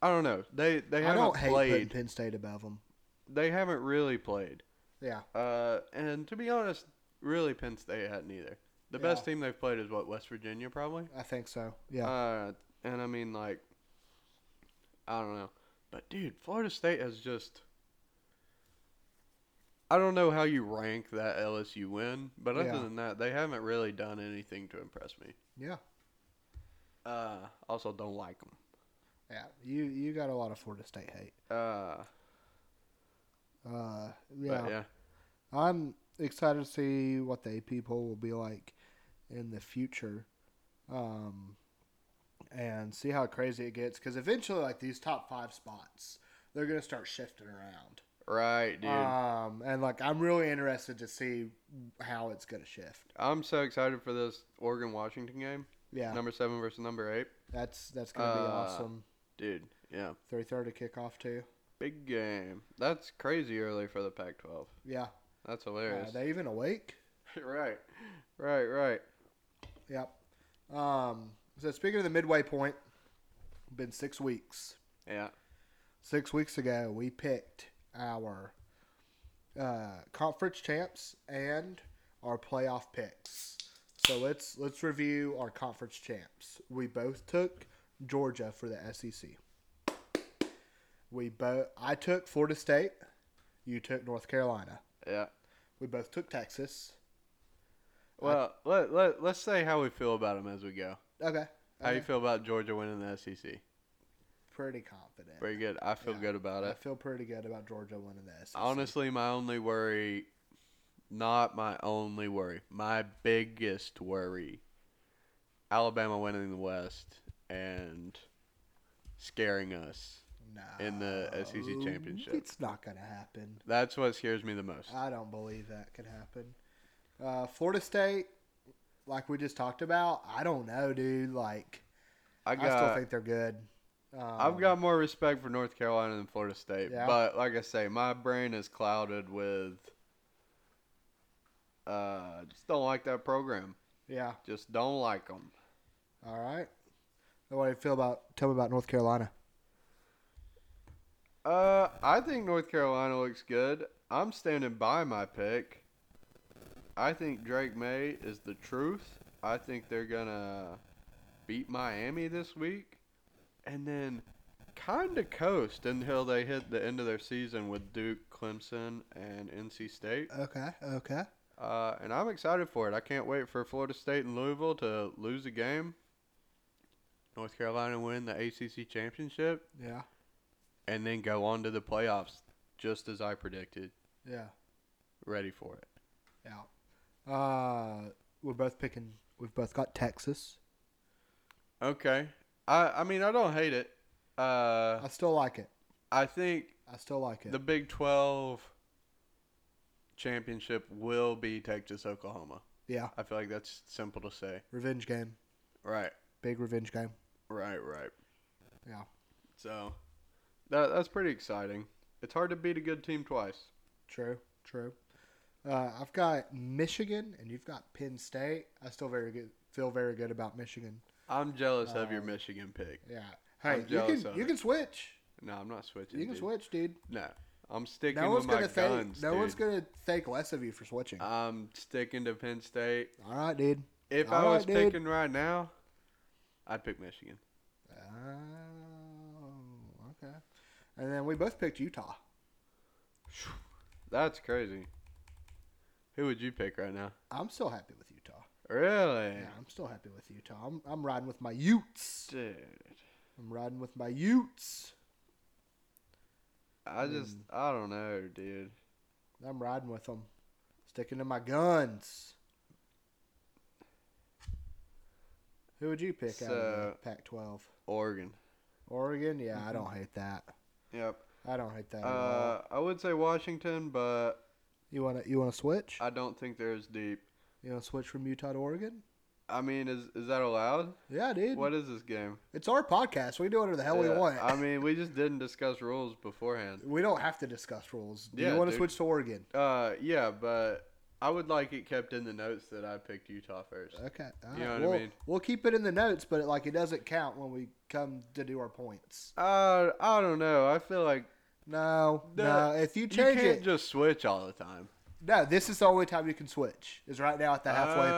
[SPEAKER 2] I don't know. They they
[SPEAKER 1] I
[SPEAKER 2] haven't
[SPEAKER 1] don't hate putting
[SPEAKER 2] played.
[SPEAKER 1] Penn State above them.
[SPEAKER 2] They haven't really played.
[SPEAKER 1] Yeah.
[SPEAKER 2] Uh, and to be honest, really Penn State hadn't either. The best
[SPEAKER 1] Yeah.
[SPEAKER 2] team they've played is what West Virginia probably.
[SPEAKER 1] I think so. Yeah.
[SPEAKER 2] Uh, and I mean like, I don't know, but dude, Florida State has just. I don't know how you rank that LSU win, but other
[SPEAKER 1] Yeah.
[SPEAKER 2] than that, they haven't really done anything to impress me.
[SPEAKER 1] yeah.
[SPEAKER 2] Uh, also don't like them.
[SPEAKER 1] Yeah, you you got a lot of Florida State hate.
[SPEAKER 2] Uh,
[SPEAKER 1] Uh, yeah,
[SPEAKER 2] But yeah.
[SPEAKER 1] I'm excited to see what the AP poll will be like in the future, um, and see how crazy it gets. Because eventually, like these top five spots, they're gonna start shifting around.
[SPEAKER 2] Right, dude.
[SPEAKER 1] Um, and like I'm really interested to see how it's gonna shift.
[SPEAKER 2] I'm so excited for this Oregon Washington game.
[SPEAKER 1] Yeah,
[SPEAKER 2] Number seven versus number eight.
[SPEAKER 1] that's that's gonna be
[SPEAKER 2] Uh,
[SPEAKER 1] awesome.
[SPEAKER 2] Dude, yeah.
[SPEAKER 1] Three thirty kickoff too.
[SPEAKER 2] Big game. That's crazy early for the Pac 12.
[SPEAKER 1] Yeah,
[SPEAKER 2] That's
[SPEAKER 1] are
[SPEAKER 2] hilarious.
[SPEAKER 1] they even awake?
[SPEAKER 2] right, right, right.
[SPEAKER 1] Yep. Um, so speaking of the midway point, been six weeks.
[SPEAKER 2] Yeah.
[SPEAKER 1] Six weeks ago, we picked our uh, conference champs and our playoff picks. So let's let's review our conference champs. We both took Georgia for the SEC. We both I took Florida State. You took North Carolina.
[SPEAKER 2] Yeah.
[SPEAKER 1] We both took Texas.
[SPEAKER 2] Well, let, let, let's say how we feel about them as we go.
[SPEAKER 1] Okay.
[SPEAKER 2] How you
[SPEAKER 1] Okay.
[SPEAKER 2] feel about Georgia winning the SEC?
[SPEAKER 1] pretty confident.
[SPEAKER 2] Pretty good. I feel
[SPEAKER 1] Yeah.
[SPEAKER 2] good about
[SPEAKER 1] I
[SPEAKER 2] it.
[SPEAKER 1] feel E pretty good about Georgia winning the E SEC.
[SPEAKER 2] Honestly, my only worry, not my only worry, my biggest worry, Alabama winning the West and scaring us.
[SPEAKER 1] No.
[SPEAKER 2] in the SEC championship.
[SPEAKER 1] It's not going to happen.
[SPEAKER 2] That's what scares me the most.
[SPEAKER 1] I don't believe that could happen. Uh, Florida State, like we just talked about, I don't know, dude. Like,
[SPEAKER 2] I
[SPEAKER 1] I,
[SPEAKER 2] got, I
[SPEAKER 1] still think they're good. Um,
[SPEAKER 2] have got more respect for North Carolina than Florida State,
[SPEAKER 1] Yeah.
[SPEAKER 2] but like I say, my brain is clouded with. Uh, just don't like that program.
[SPEAKER 1] Yeah.
[SPEAKER 2] Just don't like them.
[SPEAKER 1] All right. So What do you feel about? Tell me about North Carolina.
[SPEAKER 2] Uh, I think North Carolina looks good. I'm standing by my pick. I think Drake May is the truth. I think they're gonna beat Miami this week, and then kind of coast until they hit the end of their season with Duke, Clemson, and NC State.
[SPEAKER 1] Okay. Okay.
[SPEAKER 2] Uh, and I'm excited for it. I can't wait for Florida State and Louisville to lose a game. North Carolina win the ACC championship
[SPEAKER 1] Yeah.
[SPEAKER 2] and then go on to the playoffs just as I predicted,
[SPEAKER 1] Yeah.
[SPEAKER 2] ready for it.
[SPEAKER 1] Yeah. Uh, we're both picking. We've both got Texas.
[SPEAKER 2] Okay. I, I mean, I don't hate it. Uh,
[SPEAKER 1] I still like it.
[SPEAKER 2] I think
[SPEAKER 1] I still like it.
[SPEAKER 2] the Big 12 championship will be Texas, Oklahoma.
[SPEAKER 1] yeah.
[SPEAKER 2] I feel like that's simple to say.
[SPEAKER 1] Revenge game.
[SPEAKER 2] Right,
[SPEAKER 1] Big revenge game.
[SPEAKER 2] right, right.
[SPEAKER 1] Yeah.
[SPEAKER 2] So that, that's pretty exciting. It's hard to beat a good team twice.
[SPEAKER 1] True, true. Uh, I've got Michigan, and you've got Penn State. I still very good, feel very good about Michigan.
[SPEAKER 2] I'm jealous of your
[SPEAKER 1] Uh,
[SPEAKER 2] Michigan pick.
[SPEAKER 1] Yeah.
[SPEAKER 2] I'm
[SPEAKER 1] Hey, you
[SPEAKER 2] jealous
[SPEAKER 1] can
[SPEAKER 2] of
[SPEAKER 1] you
[SPEAKER 2] it.
[SPEAKER 1] can switch.
[SPEAKER 2] No, I'm not switching.
[SPEAKER 1] You can
[SPEAKER 2] dude.
[SPEAKER 1] switch, dude.
[SPEAKER 2] No, I'm sticking
[SPEAKER 1] No one's
[SPEAKER 2] with my
[SPEAKER 1] gonna think.
[SPEAKER 2] guns.
[SPEAKER 1] no
[SPEAKER 2] dude. Uh,
[SPEAKER 1] one's gonna think less of you for switching.
[SPEAKER 2] I'm sticking to Penn State.
[SPEAKER 1] All right, dude.
[SPEAKER 2] If
[SPEAKER 1] All
[SPEAKER 2] I
[SPEAKER 1] right,
[SPEAKER 2] was
[SPEAKER 1] dude.
[SPEAKER 2] picking right now, I'd pick Michigan.
[SPEAKER 1] Oh, okay. And then we both picked Utah.
[SPEAKER 2] That's crazy. Who would you pick right now?
[SPEAKER 1] I'm still happy with Utah.
[SPEAKER 2] Really?
[SPEAKER 1] Yeah, I'm still happy with Utah. I'm I'm riding with my Utes.
[SPEAKER 2] Dude.
[SPEAKER 1] I'm riding with my Utes. Hmm.
[SPEAKER 2] I just I don't know, dude.
[SPEAKER 1] I'm riding with them. Sticking to my guns. Who would you pick out
[SPEAKER 2] So-
[SPEAKER 1] of Pac 12?
[SPEAKER 2] Oregon.
[SPEAKER 1] Oregon? Yeah, I don't hate that.
[SPEAKER 2] Yep.
[SPEAKER 1] I don't hate that. at all.
[SPEAKER 2] Uh, I would say Washington, but
[SPEAKER 1] You want to you want to switch?
[SPEAKER 2] I don't think they're as deep.
[SPEAKER 1] you want to switch from Utah to Oregon?
[SPEAKER 2] I mean, is is that allowed?
[SPEAKER 1] Yeah, dude.
[SPEAKER 2] What is this game?
[SPEAKER 1] It's our podcast. We do whatever the hell we
[SPEAKER 2] Yeah,
[SPEAKER 1] want.
[SPEAKER 2] I mean, we just didn't discuss rules beforehand.
[SPEAKER 1] we don't have to discuss rules. Do
[SPEAKER 2] Yeah,
[SPEAKER 1] you want to
[SPEAKER 2] dude.
[SPEAKER 1] switch to Oregon?
[SPEAKER 2] Uh, yeah, but I would like it kept in the notes that I picked Utah first.
[SPEAKER 1] Okay. all
[SPEAKER 2] You know what I
[SPEAKER 1] we'll,
[SPEAKER 2] mean.
[SPEAKER 1] we'll keep it in the notes, but it, like it doesn't count when we come to do our points.
[SPEAKER 2] Uh, I don't know. I feel like
[SPEAKER 1] No, no.
[SPEAKER 2] No,
[SPEAKER 1] If you
[SPEAKER 2] you
[SPEAKER 1] change
[SPEAKER 2] can't
[SPEAKER 1] it,
[SPEAKER 2] just switch all the time.
[SPEAKER 1] No, this is the only time you can switch. Is right now at the halfway
[SPEAKER 2] Oh.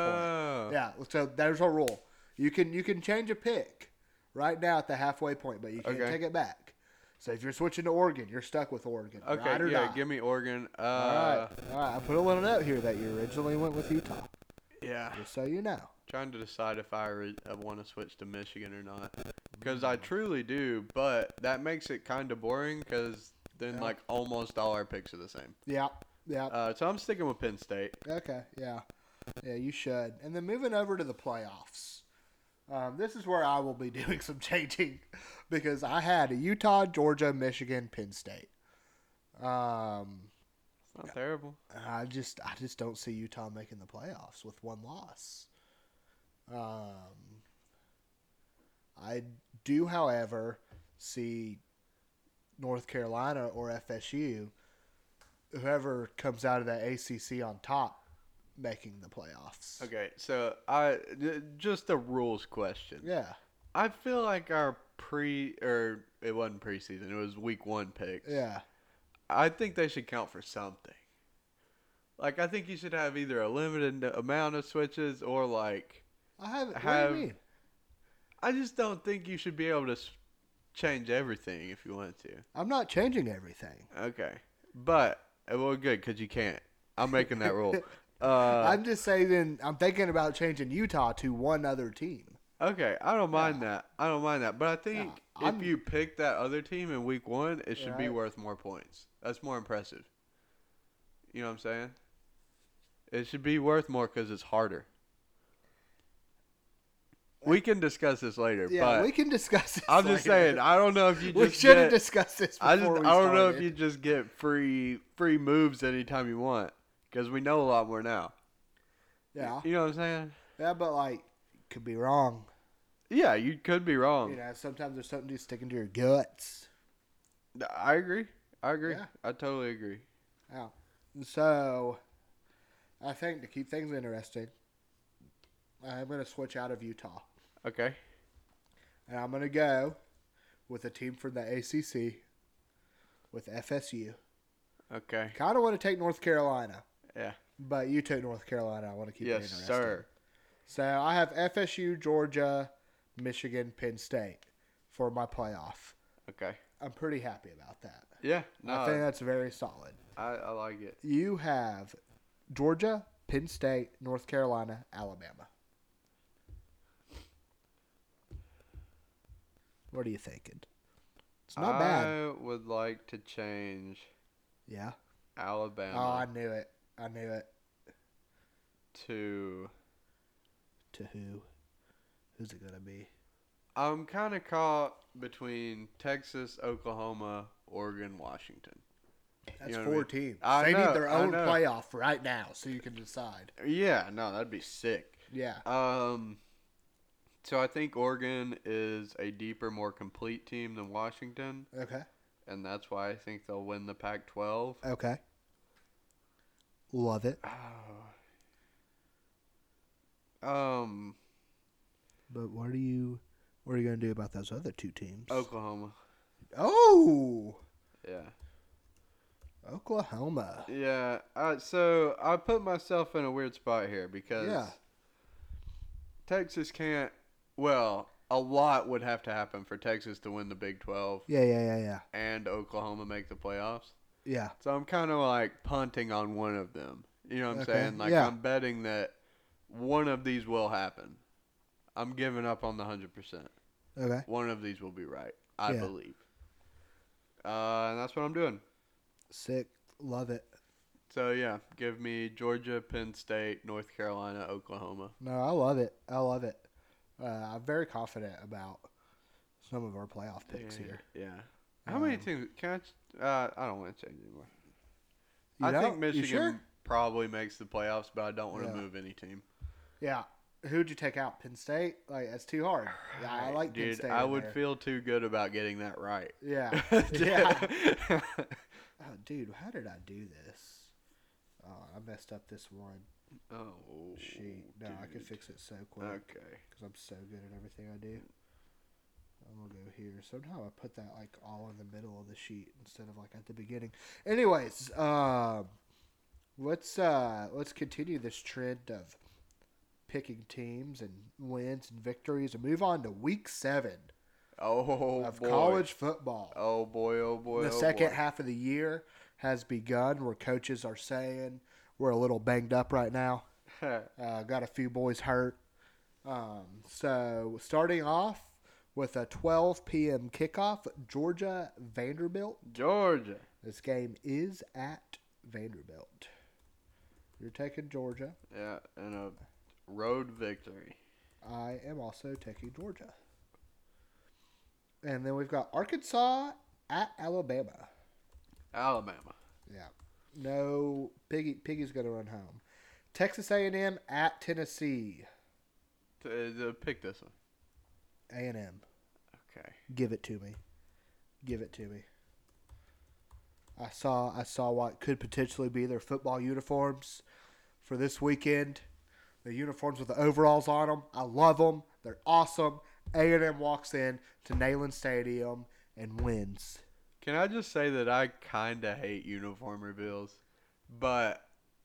[SPEAKER 1] point. Yeah, so there's our rule. You can you can change a pick right now at the halfway point, but you can't
[SPEAKER 2] Okay.
[SPEAKER 1] take it back. So if you're switching to Oregon, you're stuck with Oregon.
[SPEAKER 2] Okay,
[SPEAKER 1] ride or
[SPEAKER 2] yeah,
[SPEAKER 1] die.
[SPEAKER 2] give me Oregon. Uh,
[SPEAKER 1] all right, all right. I put a little note here that you originally went with Utah,
[SPEAKER 2] yeah.
[SPEAKER 1] just so you know.
[SPEAKER 2] Try trying to decide if I, re- I want to switch to Michigan or not because I truly do, but that makes it kind of boring because then
[SPEAKER 1] Yeah.
[SPEAKER 2] like almost all our picks are the same.
[SPEAKER 1] Yeah. Yeah.
[SPEAKER 2] Uh, so I'm sticking with Penn State.
[SPEAKER 1] Okay, yeah, yeah, you should. And then moving over to the playoffs, um, this is where I will be doing some changing because I had a Utah, Georgia, Michigan, Penn State. Um,
[SPEAKER 2] It's not terrible.
[SPEAKER 1] I just I just don't see Utah making the playoffs with one loss. Um, I do, however, see North Carolina or FSU, whoever comes out of that ACC on top, making the playoffs.
[SPEAKER 2] Okay, so I j- just a rules question.
[SPEAKER 1] Yeah.
[SPEAKER 2] I feel like our pre or it wasn't preseason; it was week one picks.
[SPEAKER 1] Yeah.
[SPEAKER 2] I think they should count for something. Like I think you should have either a limited n- amount of switches or like
[SPEAKER 1] I haven't. What
[SPEAKER 2] Have-
[SPEAKER 1] do you mean?
[SPEAKER 2] I just don't think you should be able to s- change everything if you want to.
[SPEAKER 1] I'm not changing everything.
[SPEAKER 2] Okay, but uh, well, good because you can't. I'm making that rule. Uh,
[SPEAKER 1] I'm just saying. I'm thinking about changing Utah to one other team.
[SPEAKER 2] okay, I don't mind that. I don't mind that. But I think
[SPEAKER 1] I'm-
[SPEAKER 2] if you pick that other team in week one, it should be
[SPEAKER 1] Right.
[SPEAKER 2] worth more points. That's more impressive. You know what I'm saying? It should be worth more because it's harder. We can discuss this later,
[SPEAKER 1] Yeah,
[SPEAKER 2] but
[SPEAKER 1] we can discuss this.
[SPEAKER 2] I'm just
[SPEAKER 1] later.
[SPEAKER 2] saying I don't know if you just
[SPEAKER 1] we should have
[SPEAKER 2] get-
[SPEAKER 1] discussed this before
[SPEAKER 2] I just
[SPEAKER 1] we started.
[SPEAKER 2] I don't know if you just get free free moves anytime you want because we know a lot more now.
[SPEAKER 1] Yeah,
[SPEAKER 2] You know what I'm saying?
[SPEAKER 1] yeah, but like, could be wrong.
[SPEAKER 2] Yeah, you could be wrong.
[SPEAKER 1] You know, sometimes there's something to sticking to your guts.
[SPEAKER 2] I agree. I agree.
[SPEAKER 1] Yeah.
[SPEAKER 2] I totally agree.
[SPEAKER 1] Yeah. And So, I think to keep things interesting, I'm going to switch out of Utah,
[SPEAKER 2] Okay.
[SPEAKER 1] and I'm going to go with a team from the ACC, with FSU.
[SPEAKER 2] Okay.
[SPEAKER 1] Kind of want to take North Carolina,
[SPEAKER 2] Yeah.
[SPEAKER 1] but you took North Carolina. I want to keep it
[SPEAKER 2] yes,
[SPEAKER 1] interesting.
[SPEAKER 2] sir.
[SPEAKER 1] So I have FSU, Georgia, Michigan, Penn State for my playoff.
[SPEAKER 2] Okay.
[SPEAKER 1] I'm pretty happy about that.
[SPEAKER 2] Yeah. No,
[SPEAKER 1] I think that's very solid.
[SPEAKER 2] I, I like it.
[SPEAKER 1] You have Georgia, Penn State, North Carolina, Alabama. What are you thinking? It's not
[SPEAKER 2] I
[SPEAKER 1] bad.
[SPEAKER 2] would like to change
[SPEAKER 1] Yeah. Oh, I
[SPEAKER 2] Alabama
[SPEAKER 1] knew it. I knew it.
[SPEAKER 2] to.
[SPEAKER 1] To who? Who's it gonna be?
[SPEAKER 2] I'm kind of caught between Texas, Oklahoma, Oregon, Washington.
[SPEAKER 1] That's
[SPEAKER 2] know what I
[SPEAKER 1] four
[SPEAKER 2] mean?
[SPEAKER 1] teams.
[SPEAKER 2] I
[SPEAKER 1] they
[SPEAKER 2] know,
[SPEAKER 1] need their
[SPEAKER 2] I
[SPEAKER 1] own
[SPEAKER 2] know.
[SPEAKER 1] playoff right now, so you can decide.
[SPEAKER 2] Yeah. No, that'd be sick.
[SPEAKER 1] Yeah.
[SPEAKER 2] Um, so I think Oregon is a deeper, more complete team than Washington,
[SPEAKER 1] Okay.
[SPEAKER 2] and that's why I think they'll win the Pac-12.
[SPEAKER 1] Okay. Love it.
[SPEAKER 2] Um,
[SPEAKER 1] But what are you? What are you gonna do about those other two teams?
[SPEAKER 2] Oklahoma.
[SPEAKER 1] Oh,
[SPEAKER 2] Yeah,
[SPEAKER 1] Oklahoma.
[SPEAKER 2] yeah. Uh, so I put myself in a weird spot here because
[SPEAKER 1] Yeah.
[SPEAKER 2] Texas can't. Well, a lot would have to happen for Texas to win the Big 12
[SPEAKER 1] Yeah, yeah, yeah, yeah,
[SPEAKER 2] and Oklahoma make the playoffs.
[SPEAKER 1] yeah.
[SPEAKER 2] So I'm kind of like punting on one of them. You know what I'm
[SPEAKER 1] Okay,
[SPEAKER 2] saying? Like
[SPEAKER 1] yeah.
[SPEAKER 2] I'm betting that one of these will happen. I'm giving up on the hundred percent.
[SPEAKER 1] Okay.
[SPEAKER 2] One of these will be right. I
[SPEAKER 1] Yeah.
[SPEAKER 2] believe. Uh, and that's what I'm doing.
[SPEAKER 1] Sick. Love it.
[SPEAKER 2] So yeah, give me Georgia, Penn State, North Carolina, Oklahoma.
[SPEAKER 1] No, I love it. I love it. Uh, I'm very confident about some of our playoff picks
[SPEAKER 2] yeah,
[SPEAKER 1] here.
[SPEAKER 2] Yeah. How many
[SPEAKER 1] Um,
[SPEAKER 2] teams? Can I? Uh, I don't want to change anymore.
[SPEAKER 1] You
[SPEAKER 2] I think
[SPEAKER 1] don't? You
[SPEAKER 2] Michigan
[SPEAKER 1] sure?
[SPEAKER 2] probably makes the playoffs, but I don't want to
[SPEAKER 1] Yeah.
[SPEAKER 2] move any team.
[SPEAKER 1] Yeah. Who'd you take out? Penn State? Like that's too hard. Yeah, I
[SPEAKER 2] Right,
[SPEAKER 1] like Penn
[SPEAKER 2] dude.
[SPEAKER 1] State.
[SPEAKER 2] I
[SPEAKER 1] in
[SPEAKER 2] would
[SPEAKER 1] there.
[SPEAKER 2] feel too good about getting that right.
[SPEAKER 1] Yeah. yeah. Oh, dude, how did I do this? Oh, I messed up this one
[SPEAKER 2] oh,
[SPEAKER 1] sheet. No, I can
[SPEAKER 2] dude.
[SPEAKER 1] fix it so quick
[SPEAKER 2] Okay.
[SPEAKER 1] because I'm so good at everything I do. I'm gonna go here. Somehow I put that like all in the middle of the sheet instead of like at the beginning. Anyways, um, let's uh let's continue this trend of picking teams and wins and victories and move on to week seven
[SPEAKER 2] Oh
[SPEAKER 1] of
[SPEAKER 2] boy.
[SPEAKER 1] college football.
[SPEAKER 2] Oh boy. Oh boy.
[SPEAKER 1] the
[SPEAKER 2] oh,
[SPEAKER 1] second
[SPEAKER 2] boy.
[SPEAKER 1] half of the year has begun where coaches are saying we're a little banged up right now uh, got a few boys hurt Um, so starting off with a 12 p.m. kickoff, Georgia Vanderbilt.
[SPEAKER 2] Georgia.
[SPEAKER 1] This game is at Vanderbilt. You're taking Georgia.
[SPEAKER 2] Yeah, and a road victory.
[SPEAKER 1] I am also taking Georgia. And then we've got Arkansas at Alabama.
[SPEAKER 2] Alabama.
[SPEAKER 1] Yeah. No, Piggy Piggy's going to run home. Texas A&M at Tennessee.
[SPEAKER 2] T- uh, pick this one.
[SPEAKER 1] A&M.
[SPEAKER 2] Okay.
[SPEAKER 1] Give it to me. Give it to me. I saw I saw what could potentially be their football uniforms for this weekend. The uniforms with the overalls on them. I love them. They're awesome. A&M walks in to Neyland Stadium and wins.
[SPEAKER 2] Can I just say that I kind of hate uniform reveals, but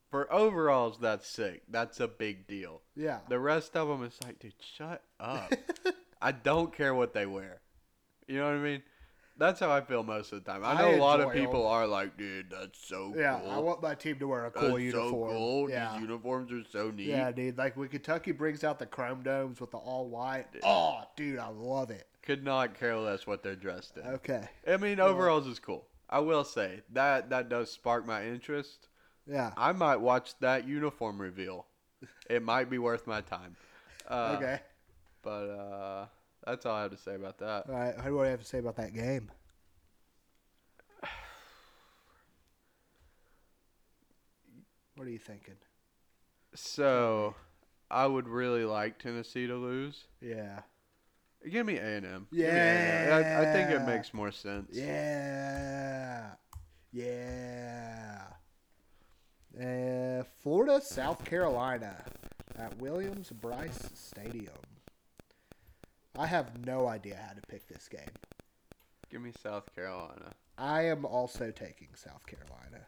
[SPEAKER 2] for overalls, that's sick. That's a big deal.
[SPEAKER 1] Yeah.
[SPEAKER 2] The rest of them, it's like, dude, shut up. I don't care what they wear. You know what I mean? That's how I feel most of the time. I know
[SPEAKER 1] I
[SPEAKER 2] a lot of
[SPEAKER 1] enjoy 'em.
[SPEAKER 2] people are like, dude, that's so
[SPEAKER 1] Yeah,
[SPEAKER 2] cool.
[SPEAKER 1] I want my team to wear a
[SPEAKER 2] that's
[SPEAKER 1] cool uniform.
[SPEAKER 2] so cool.
[SPEAKER 1] Yeah.
[SPEAKER 2] These uniforms are so neat.
[SPEAKER 1] yeah, dude. Like when Kentucky brings out the chrome domes with the all white. Oh, dude, I love it.
[SPEAKER 2] Could not care less what they're dressed in.
[SPEAKER 1] Okay.
[SPEAKER 2] I mean, overalls is cool. I will say that that does spark my interest.
[SPEAKER 1] Yeah.
[SPEAKER 2] I might watch that uniform reveal. It might be worth my time. Uh,
[SPEAKER 1] okay.
[SPEAKER 2] But uh, that's all I have to say about that.
[SPEAKER 1] All right. What Uh, do I have to say about that game? What are you thinking?
[SPEAKER 2] So, I would really like Tennessee to lose.
[SPEAKER 1] Yeah.
[SPEAKER 2] Give me A and M. I, I think it
[SPEAKER 1] Yeah.
[SPEAKER 2] makes more sense.
[SPEAKER 1] Yeah. Yeah. Uh, Florida, South Carolina at Williams Bryce Stadium. I have no idea how to pick this game.
[SPEAKER 2] Give me South Carolina.
[SPEAKER 1] I am also taking South Carolina.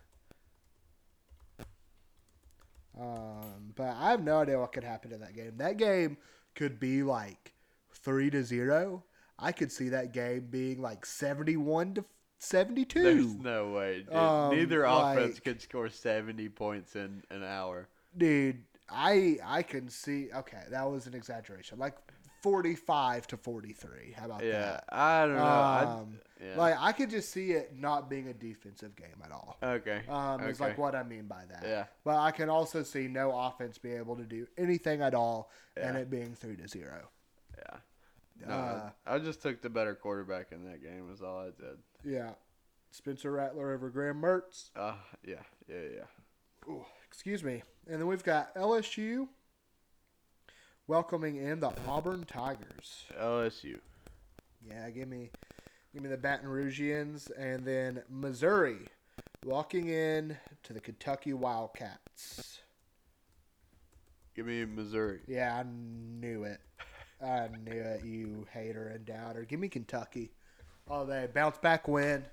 [SPEAKER 1] Um, but I have no idea what could happen in that game. That game could be like three to zero. I could see that game being like seventy-one to seventy-two.
[SPEAKER 2] There's no way. Dude.
[SPEAKER 1] Um,
[SPEAKER 2] Neither offense
[SPEAKER 1] like-
[SPEAKER 2] could score 70 points in an hour.
[SPEAKER 1] Dude, I I can see. Okay, that was an exaggeration. Like forty-five to forty-three. How about
[SPEAKER 2] Yeah, I don't
[SPEAKER 1] that?
[SPEAKER 2] know. I'd-
[SPEAKER 1] Um,
[SPEAKER 2] yeah.
[SPEAKER 1] Like I could just see it not being a defensive game at all.
[SPEAKER 2] okay.
[SPEAKER 1] Um,
[SPEAKER 2] okay.
[SPEAKER 1] is like what I mean by that.
[SPEAKER 2] Yeah.
[SPEAKER 1] But I can also see no offense being able to do anything at all, and
[SPEAKER 2] Yeah.
[SPEAKER 1] it being three to zero.
[SPEAKER 2] Yeah. No,
[SPEAKER 1] Uh,
[SPEAKER 2] I I just took the better quarterback in that game. Is all I did.
[SPEAKER 1] yeah. Spencer Rattler over Graham Mertz.
[SPEAKER 2] Uh, yeah, yeah, yeah.
[SPEAKER 1] Ooh, excuse me. And then we've got LSU welcoming in the Auburn Tigers.
[SPEAKER 2] LSU.
[SPEAKER 1] Yeah, give me, give me the Baton Rougians, and then Missouri walking in to the Kentucky Wildcats.
[SPEAKER 2] Give me Missouri.
[SPEAKER 1] Yeah, I knew it. I knew it, you hater and doubter. Give me Kentucky. Oh, they bounce back win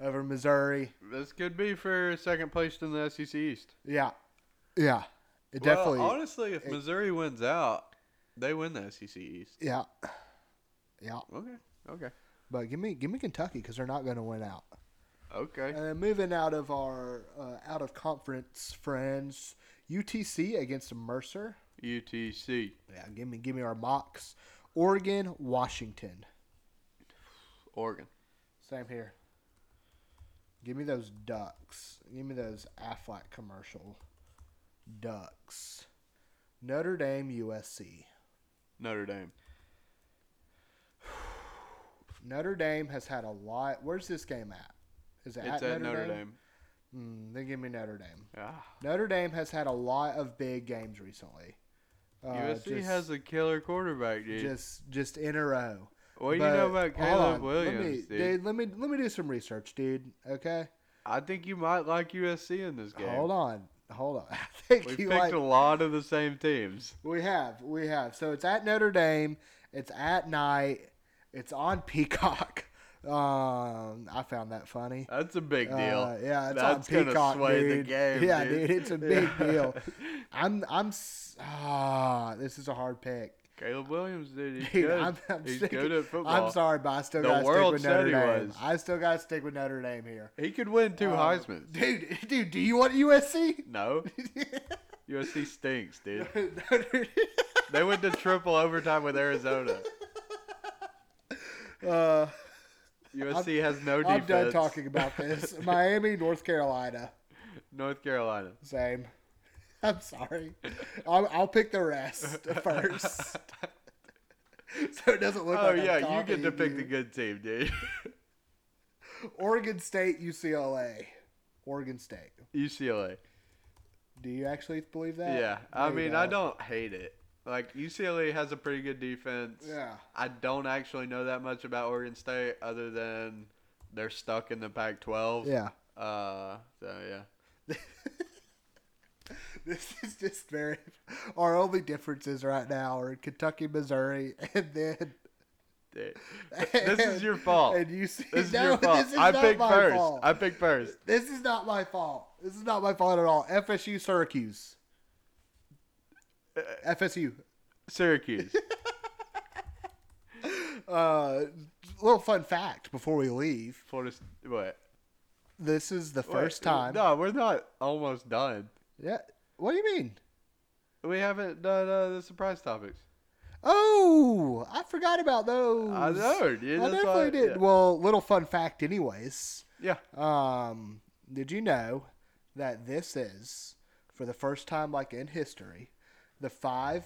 [SPEAKER 1] over Missouri.
[SPEAKER 2] This could be for second place in the SEC East.
[SPEAKER 1] Yeah. Yeah. It definitely.
[SPEAKER 2] Well, honestly, if
[SPEAKER 1] it-
[SPEAKER 2] Missouri wins out, they win the SEC East.
[SPEAKER 1] yeah. Yeah.
[SPEAKER 2] Okay. Okay.
[SPEAKER 1] But give me give me Kentucky because they're not going to win out.
[SPEAKER 2] Okay.
[SPEAKER 1] And then moving out of our uh, out of conference friends, UTC against Mercer.
[SPEAKER 2] UTC.
[SPEAKER 1] Yeah, give me give me our mocks. Oregon, Washington.
[SPEAKER 2] Oregon.
[SPEAKER 1] Same here. Give me those ducks. Give me those Aflac commercial ducks. Notre Dame USC.
[SPEAKER 2] Notre Dame.
[SPEAKER 1] Notre Dame has had a lot. Where's this game at? Is it
[SPEAKER 2] It's at Notre, Dame.
[SPEAKER 1] Mm, then give me Notre Dame.
[SPEAKER 2] Ah.
[SPEAKER 1] Notre Dame has had a lot of big games recently. Uh,
[SPEAKER 2] USC
[SPEAKER 1] just,
[SPEAKER 2] has a killer quarterback, dude.
[SPEAKER 1] just just in a row.
[SPEAKER 2] what do you
[SPEAKER 1] But-
[SPEAKER 2] know about
[SPEAKER 1] hold
[SPEAKER 2] Caleb
[SPEAKER 1] on,
[SPEAKER 2] Williams,
[SPEAKER 1] let me,
[SPEAKER 2] dude?
[SPEAKER 1] Let me let me do some research, dude. Okay,
[SPEAKER 2] I think you might like USC in this game.
[SPEAKER 1] hold on, hold on. I think
[SPEAKER 2] We
[SPEAKER 1] you
[SPEAKER 2] picked
[SPEAKER 1] like
[SPEAKER 2] a lot of the same teams.
[SPEAKER 1] We have, we have. So it's at Notre Dame. It's at night. It's on Peacock. Um, I found that funny.
[SPEAKER 2] That's a big deal.
[SPEAKER 1] Uh, yeah, it's
[SPEAKER 2] That's
[SPEAKER 1] on
[SPEAKER 2] gonna
[SPEAKER 1] Peacock,
[SPEAKER 2] sway the
[SPEAKER 1] dude.
[SPEAKER 2] game,
[SPEAKER 1] yeah,
[SPEAKER 2] dude.
[SPEAKER 1] it's a big
[SPEAKER 2] Yeah.
[SPEAKER 1] deal. I'm, I'm. s- Ah, this is a hard pick.
[SPEAKER 2] Caleb Williams, dude, he's
[SPEAKER 1] Dude,
[SPEAKER 2] good.
[SPEAKER 1] I'm, I'm
[SPEAKER 2] he's
[SPEAKER 1] sticking-
[SPEAKER 2] good at football.
[SPEAKER 1] I'm sorry, but I still
[SPEAKER 2] The
[SPEAKER 1] gotta stick
[SPEAKER 2] world
[SPEAKER 1] with
[SPEAKER 2] said
[SPEAKER 1] Notre
[SPEAKER 2] he
[SPEAKER 1] Dame.
[SPEAKER 2] was.
[SPEAKER 1] I still gotta stick with Notre Dame here.
[SPEAKER 2] He could win two
[SPEAKER 1] Uh,
[SPEAKER 2] Heisman.
[SPEAKER 1] dude. Dude, do you want USC?
[SPEAKER 2] No, USC stinks, dude.
[SPEAKER 1] Notre-
[SPEAKER 2] They went to triple overtime with Arizona.
[SPEAKER 1] Uh,
[SPEAKER 2] USC has no defense.
[SPEAKER 1] I'm done talking about this. Miami, North Carolina,
[SPEAKER 2] North Carolina.
[SPEAKER 1] same. I'm sorry. I'll, I'll pick the rest first, so it doesn't look
[SPEAKER 2] Oh
[SPEAKER 1] like. I'm
[SPEAKER 2] yeah, you get to
[SPEAKER 1] copying
[SPEAKER 2] pick
[SPEAKER 1] you.
[SPEAKER 2] the good team, dude.
[SPEAKER 1] Oregon State, UCLA, Oregon State.
[SPEAKER 2] UCLA.
[SPEAKER 1] Do you actually believe that?
[SPEAKER 2] Yeah, I
[SPEAKER 1] No, you
[SPEAKER 2] mean, I don't hate it. Like UCLA has a pretty good defense.
[SPEAKER 1] Yeah.
[SPEAKER 2] I don't actually know that much about Oregon State other than they're stuck in the Pac-12.
[SPEAKER 1] Yeah.
[SPEAKER 2] Uh, so yeah.
[SPEAKER 1] This is just very. Our only differences right now are in Kentucky, Missouri, and then.
[SPEAKER 2] Dude. This is your fault.
[SPEAKER 1] And you see,
[SPEAKER 2] This is
[SPEAKER 1] no,
[SPEAKER 2] your fault.
[SPEAKER 1] This is
[SPEAKER 2] I
[SPEAKER 1] not
[SPEAKER 2] picked
[SPEAKER 1] my
[SPEAKER 2] first.
[SPEAKER 1] fault.
[SPEAKER 2] I picked first.
[SPEAKER 1] This is not my fault. This is not my fault at all. FSU, Syracuse.
[SPEAKER 2] Uh,
[SPEAKER 1] FSU.
[SPEAKER 2] Syracuse.
[SPEAKER 1] Uh, little fun fact before we leave.
[SPEAKER 2] Florida. S- What?
[SPEAKER 1] This is the first
[SPEAKER 2] Wait,
[SPEAKER 1] time.
[SPEAKER 2] No, we're not almost done.
[SPEAKER 1] Yeah. What do you mean?
[SPEAKER 2] We haven't done uh, the surprise topics.
[SPEAKER 1] Oh, I forgot about those.
[SPEAKER 2] I know, dude.
[SPEAKER 1] I
[SPEAKER 2] That's
[SPEAKER 1] definitely
[SPEAKER 2] why-
[SPEAKER 1] did.
[SPEAKER 2] yeah.
[SPEAKER 1] Well, little fun fact, anyways.
[SPEAKER 2] Yeah.
[SPEAKER 1] Um, did you know that this is for the first time, like in history, the five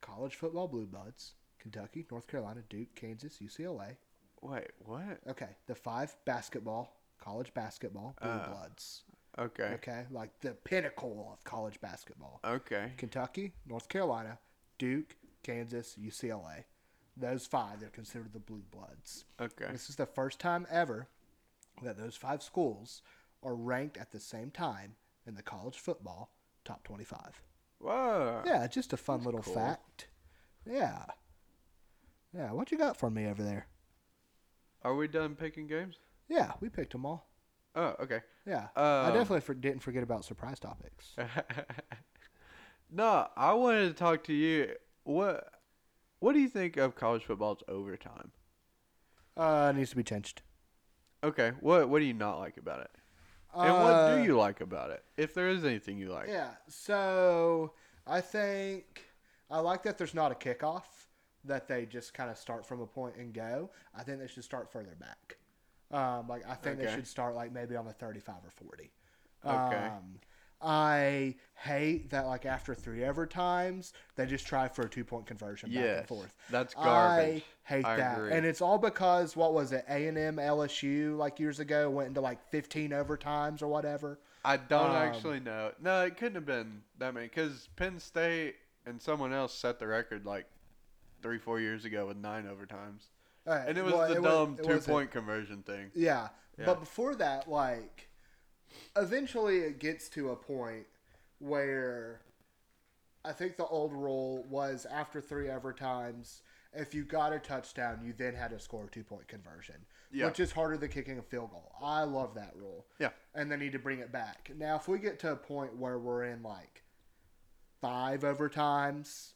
[SPEAKER 1] college football blue bloods: Kentucky, North Carolina, Duke, Kansas, UCLA.
[SPEAKER 2] Wait. What?
[SPEAKER 1] Okay, the five basketball, college basketball blue
[SPEAKER 2] Oh.
[SPEAKER 1] bloods.
[SPEAKER 2] Okay.
[SPEAKER 1] Okay, like the pinnacle of college basketball.
[SPEAKER 2] Okay.
[SPEAKER 1] Kentucky, North Carolina, Duke, Kansas, UCLA. Those five, they're considered the Blue Bloods.
[SPEAKER 2] Okay.
[SPEAKER 1] This is the first time ever that those five schools are ranked at the same time in the college football top 25.
[SPEAKER 2] Whoa.
[SPEAKER 1] Yeah, just a fun little
[SPEAKER 2] cool.
[SPEAKER 1] fact. Yeah. Yeah, what you got for me over there?
[SPEAKER 2] Are we done picking games?
[SPEAKER 1] Yeah, we picked them all.
[SPEAKER 2] Oh, okay.
[SPEAKER 1] Yeah. I
[SPEAKER 2] Um, eh.
[SPEAKER 1] definitely for- didn't forget about surprise topics.
[SPEAKER 2] no, I wanted to talk to you. What What do you think of college football's overtime?
[SPEAKER 1] Uh, needs to be changed.
[SPEAKER 2] Okay. What What do you not like about it? And what
[SPEAKER 1] Uh,
[SPEAKER 2] do you like about it? If there is anything you like.
[SPEAKER 1] Yeah. So I think I like that there's not a kickoff that they just kind of start from a point and go. I think they should start further back. Um, like I think they
[SPEAKER 2] Okay.
[SPEAKER 1] should start like maybe on the 35 or 40.
[SPEAKER 2] Okay.
[SPEAKER 1] Um, I hate that like after three overtimes they just try for a two point conversion back and
[SPEAKER 2] Yes,
[SPEAKER 1] forth.
[SPEAKER 2] that's garbage.
[SPEAKER 1] I hate
[SPEAKER 2] I
[SPEAKER 1] that,
[SPEAKER 2] agree.
[SPEAKER 1] and it's all because what was it? A and M, LSU, like years ago, went into like 15 overtimes or whatever.
[SPEAKER 2] I don't
[SPEAKER 1] Um,
[SPEAKER 2] actually know. No, it couldn't have been that many because Penn State and someone else set the record like three, four years ago with nine overtimes,
[SPEAKER 1] Uh,
[SPEAKER 2] and it was
[SPEAKER 1] well,
[SPEAKER 2] the
[SPEAKER 1] it wa-
[SPEAKER 2] dumb
[SPEAKER 1] it
[SPEAKER 2] two
[SPEAKER 1] wasn't-
[SPEAKER 2] point conversion thing.
[SPEAKER 1] Yeah.
[SPEAKER 2] Yeah.
[SPEAKER 1] But before that, like, eventually it gets to a point where I think the old rule was after three overtimes, if you got a touchdown, you then had to score a two point conversion,
[SPEAKER 2] Yeah.
[SPEAKER 1] which is harder than kicking a field goal. I love that rule.
[SPEAKER 2] Yeah.
[SPEAKER 1] And they need to bring it back. Now, if we get to a point where we're in like five overtimes,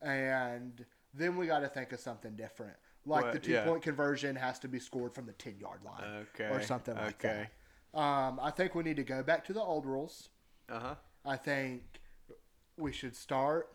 [SPEAKER 1] and then we got to think of something different. Like
[SPEAKER 2] What-
[SPEAKER 1] the two
[SPEAKER 2] yeah.
[SPEAKER 1] point conversion has to be scored from the 10 yard line
[SPEAKER 2] Okay.
[SPEAKER 1] or something like
[SPEAKER 2] okay.
[SPEAKER 1] that. Um, I think we need to go back to the old rules.
[SPEAKER 2] Uh huh.
[SPEAKER 1] I think we should start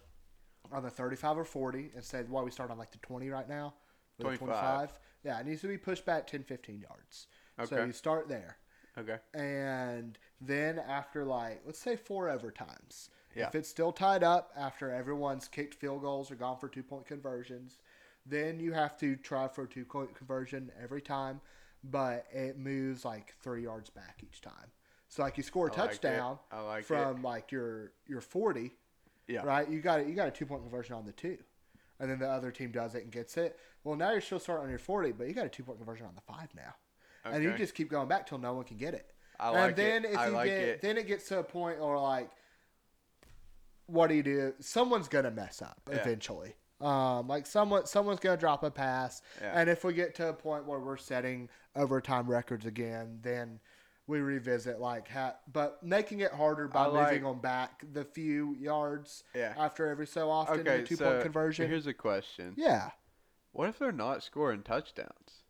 [SPEAKER 1] on the 35 or 40 instead. Why we start on like the 20 right now? Or the
[SPEAKER 2] 25.
[SPEAKER 1] Yeah, it needs to be pushed back 10, 15 yards. So
[SPEAKER 2] Okay.
[SPEAKER 1] you start there
[SPEAKER 2] Okay.
[SPEAKER 1] and then after like let's say four overtimes
[SPEAKER 2] Yeah.
[SPEAKER 1] if it's still tied up after everyone's kicked field goals or gone for two point conversions then you have to try for a two point conversion every time but it moves like three yards back each time so like you score a
[SPEAKER 2] I like it.
[SPEAKER 1] touchdown
[SPEAKER 2] I like it.
[SPEAKER 1] from like your your 40
[SPEAKER 2] Yeah.
[SPEAKER 1] right you got it you got a two point conversion on the two and then the other team does it and gets it well now you're still starting on your 40 but you got a two point conversion on the five now and you
[SPEAKER 2] Okay.
[SPEAKER 1] just keep going back till no one can get it
[SPEAKER 2] I
[SPEAKER 1] and
[SPEAKER 2] like
[SPEAKER 1] then
[SPEAKER 2] it.
[SPEAKER 1] if
[SPEAKER 2] I
[SPEAKER 1] you
[SPEAKER 2] like
[SPEAKER 1] get,
[SPEAKER 2] it.
[SPEAKER 1] then it gets to a point where like, what do you do? Someone's gonna mess up
[SPEAKER 2] Yeah.
[SPEAKER 1] eventually. Um, like someone, someone's gonna drop a pass,
[SPEAKER 2] Yeah.
[SPEAKER 1] and if we get to a point where we're setting overtime records again, then we revisit like ha- but making it harder by
[SPEAKER 2] I like-
[SPEAKER 1] moving them back the few yards
[SPEAKER 2] Yeah.
[SPEAKER 1] after every so often in
[SPEAKER 2] Okay.
[SPEAKER 1] a two
[SPEAKER 2] so
[SPEAKER 1] point conversion.
[SPEAKER 2] Here's a question.
[SPEAKER 1] yeah,
[SPEAKER 2] What if they're not scoring touchdowns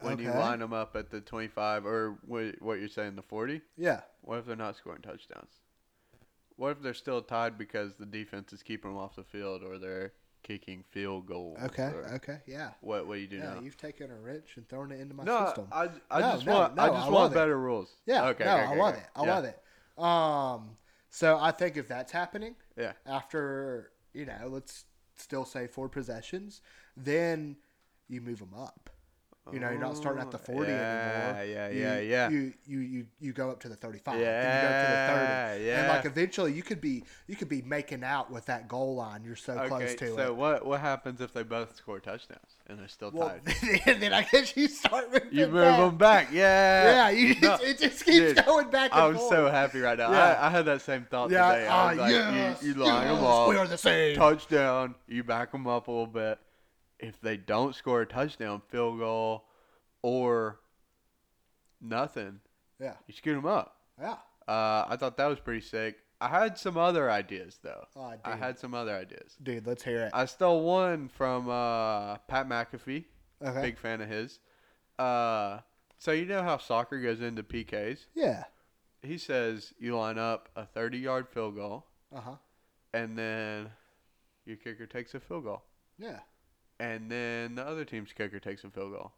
[SPEAKER 2] when you
[SPEAKER 1] Okay.
[SPEAKER 2] line them up at the 25 or wh- what you're saying, the 40?
[SPEAKER 1] yeah.
[SPEAKER 2] What if they're not scoring touchdowns? What if they're still tied because the defense is keeping them off the field or they're kicking field goals?
[SPEAKER 1] Okay.
[SPEAKER 2] or-
[SPEAKER 1] Okay. Yeah.
[SPEAKER 2] What What do you do
[SPEAKER 1] Yeah.
[SPEAKER 2] now?
[SPEAKER 1] You've taken a wrench and thrown it into my
[SPEAKER 2] no,
[SPEAKER 1] system.
[SPEAKER 2] I, I
[SPEAKER 1] No,
[SPEAKER 2] just
[SPEAKER 1] no,
[SPEAKER 2] want I
[SPEAKER 1] no,
[SPEAKER 2] just
[SPEAKER 1] I love
[SPEAKER 2] want
[SPEAKER 1] it.
[SPEAKER 2] better rules.
[SPEAKER 1] yeah.
[SPEAKER 2] Okay.
[SPEAKER 1] No,
[SPEAKER 2] okay,
[SPEAKER 1] I
[SPEAKER 2] okay,
[SPEAKER 1] love
[SPEAKER 2] okay.
[SPEAKER 1] it. I
[SPEAKER 2] yeah.
[SPEAKER 1] love it. Um. So I think if that's happening,
[SPEAKER 2] Yeah.
[SPEAKER 1] after you know, let's still say four possessions, then you move them up. You know, you're not starting at the
[SPEAKER 2] Oh,
[SPEAKER 1] 40
[SPEAKER 2] yeah,
[SPEAKER 1] anymore.
[SPEAKER 2] yeah,
[SPEAKER 1] You-
[SPEAKER 2] yeah, yeah.
[SPEAKER 1] You, you you you go up to the 35. then you go up to the 30.
[SPEAKER 2] Yeah,
[SPEAKER 1] And like
[SPEAKER 2] yeah.
[SPEAKER 1] eventually you could be you could be making out with that goal line. You're so close
[SPEAKER 2] Okay.
[SPEAKER 1] to
[SPEAKER 2] So
[SPEAKER 1] it.
[SPEAKER 2] what what happens if they both score touchdowns and they're still
[SPEAKER 1] Well,
[SPEAKER 2] tied?
[SPEAKER 1] then I guess you start moving.
[SPEAKER 2] You move
[SPEAKER 1] back.
[SPEAKER 2] them back.
[SPEAKER 1] Yeah,
[SPEAKER 2] Yeah.
[SPEAKER 1] you just,
[SPEAKER 2] No,
[SPEAKER 1] it just keeps
[SPEAKER 2] dude,
[SPEAKER 1] going back and
[SPEAKER 2] I'm
[SPEAKER 1] forth.
[SPEAKER 2] so happy right now.
[SPEAKER 1] Yeah.
[SPEAKER 2] I, I had that same thought
[SPEAKER 1] yeah,
[SPEAKER 2] today. I
[SPEAKER 1] ah,
[SPEAKER 2] was like,
[SPEAKER 1] yes,
[SPEAKER 2] you, you line
[SPEAKER 1] yes,
[SPEAKER 2] them up.
[SPEAKER 1] We are the same.
[SPEAKER 2] touchdown, you back them up a little bit. If they don't score a touchdown, field goal, or nothing,
[SPEAKER 1] yeah,
[SPEAKER 2] you scoot them up.
[SPEAKER 1] yeah.
[SPEAKER 2] Uh, I thought that was pretty sick. I had some other ideas though.
[SPEAKER 1] Oh, dude.
[SPEAKER 2] I had some other ideas.
[SPEAKER 1] dude, let's hear it.
[SPEAKER 2] I stole one from uh, Pat McAfee.
[SPEAKER 1] Okay.
[SPEAKER 2] Big fan of his. Uh, so you know how soccer goes into PKs.
[SPEAKER 1] yeah.
[SPEAKER 2] He says you line up a 30-yard field goal,
[SPEAKER 1] Uh huh.
[SPEAKER 2] and then your kicker takes a field goal.
[SPEAKER 1] Yeah.
[SPEAKER 2] and then the other team's kicker takes a field goal.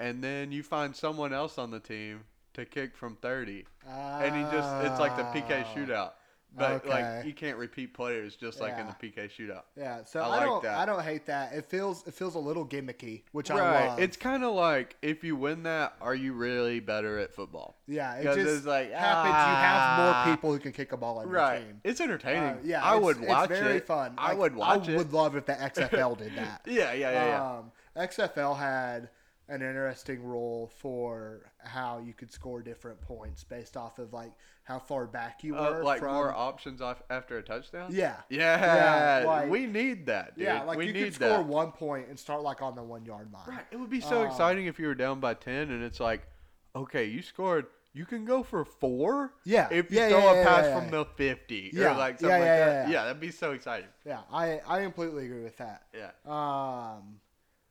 [SPEAKER 2] And then you find someone else on the team to kick from 30. And he just, it's like the PK
[SPEAKER 1] Ah.
[SPEAKER 2] shootout. But like
[SPEAKER 1] okay.
[SPEAKER 2] you can't repeat players just like in
[SPEAKER 1] Yeah.
[SPEAKER 2] the PK shootout.
[SPEAKER 1] Yeah, so
[SPEAKER 2] I
[SPEAKER 1] I,
[SPEAKER 2] like
[SPEAKER 1] don't
[SPEAKER 2] that.
[SPEAKER 1] I don't hate that. It feels it feels a little gimmicky, which I
[SPEAKER 2] Right.
[SPEAKER 1] love.
[SPEAKER 2] It's kind of like if you win that, are you really better at football?
[SPEAKER 1] yeah, it
[SPEAKER 2] 'cause
[SPEAKER 1] just
[SPEAKER 2] it's like,
[SPEAKER 1] happens. You have
[SPEAKER 2] ah.
[SPEAKER 1] more people who can kick a ball on
[SPEAKER 2] Right.
[SPEAKER 1] your team.
[SPEAKER 2] It's entertaining.
[SPEAKER 1] Uh, yeah,
[SPEAKER 2] I
[SPEAKER 1] it's-
[SPEAKER 2] would watch
[SPEAKER 1] It's very
[SPEAKER 2] it.
[SPEAKER 1] fun.
[SPEAKER 2] I
[SPEAKER 1] Like,
[SPEAKER 2] would watch
[SPEAKER 1] I
[SPEAKER 2] it.
[SPEAKER 1] would love if the XFL did that.
[SPEAKER 2] yeah, yeah, yeah, yeah.
[SPEAKER 1] Um, XFL had an interesting rule for how you could score different points based off of like how far back you
[SPEAKER 2] Uh,
[SPEAKER 1] were
[SPEAKER 2] like
[SPEAKER 1] from.
[SPEAKER 2] more options off after a touchdown.
[SPEAKER 1] Yeah.
[SPEAKER 2] yeah.
[SPEAKER 1] Yeah, like-
[SPEAKER 2] we need that. Dude.
[SPEAKER 1] yeah, like
[SPEAKER 2] we
[SPEAKER 1] you
[SPEAKER 2] need
[SPEAKER 1] could score
[SPEAKER 2] that.
[SPEAKER 1] one point and start like on the one yard line.
[SPEAKER 2] Right. It would be so
[SPEAKER 1] Um,
[SPEAKER 2] exciting if you were down by 10 and it's like, okay, you scored. You can go for four.
[SPEAKER 1] Yeah,
[SPEAKER 2] If you
[SPEAKER 1] yeah,
[SPEAKER 2] throw
[SPEAKER 1] yeah,
[SPEAKER 2] a
[SPEAKER 1] yeah,
[SPEAKER 2] pass
[SPEAKER 1] yeah,
[SPEAKER 2] from
[SPEAKER 1] yeah.
[SPEAKER 2] the 50
[SPEAKER 1] Yeah,
[SPEAKER 2] or like
[SPEAKER 1] yeah,
[SPEAKER 2] something
[SPEAKER 1] yeah,
[SPEAKER 2] like that.
[SPEAKER 1] yeah,
[SPEAKER 2] Yeah.
[SPEAKER 1] yeah.
[SPEAKER 2] that'd be so exciting.
[SPEAKER 1] Yeah, I I completely agree with that.
[SPEAKER 2] Yeah.
[SPEAKER 1] Um,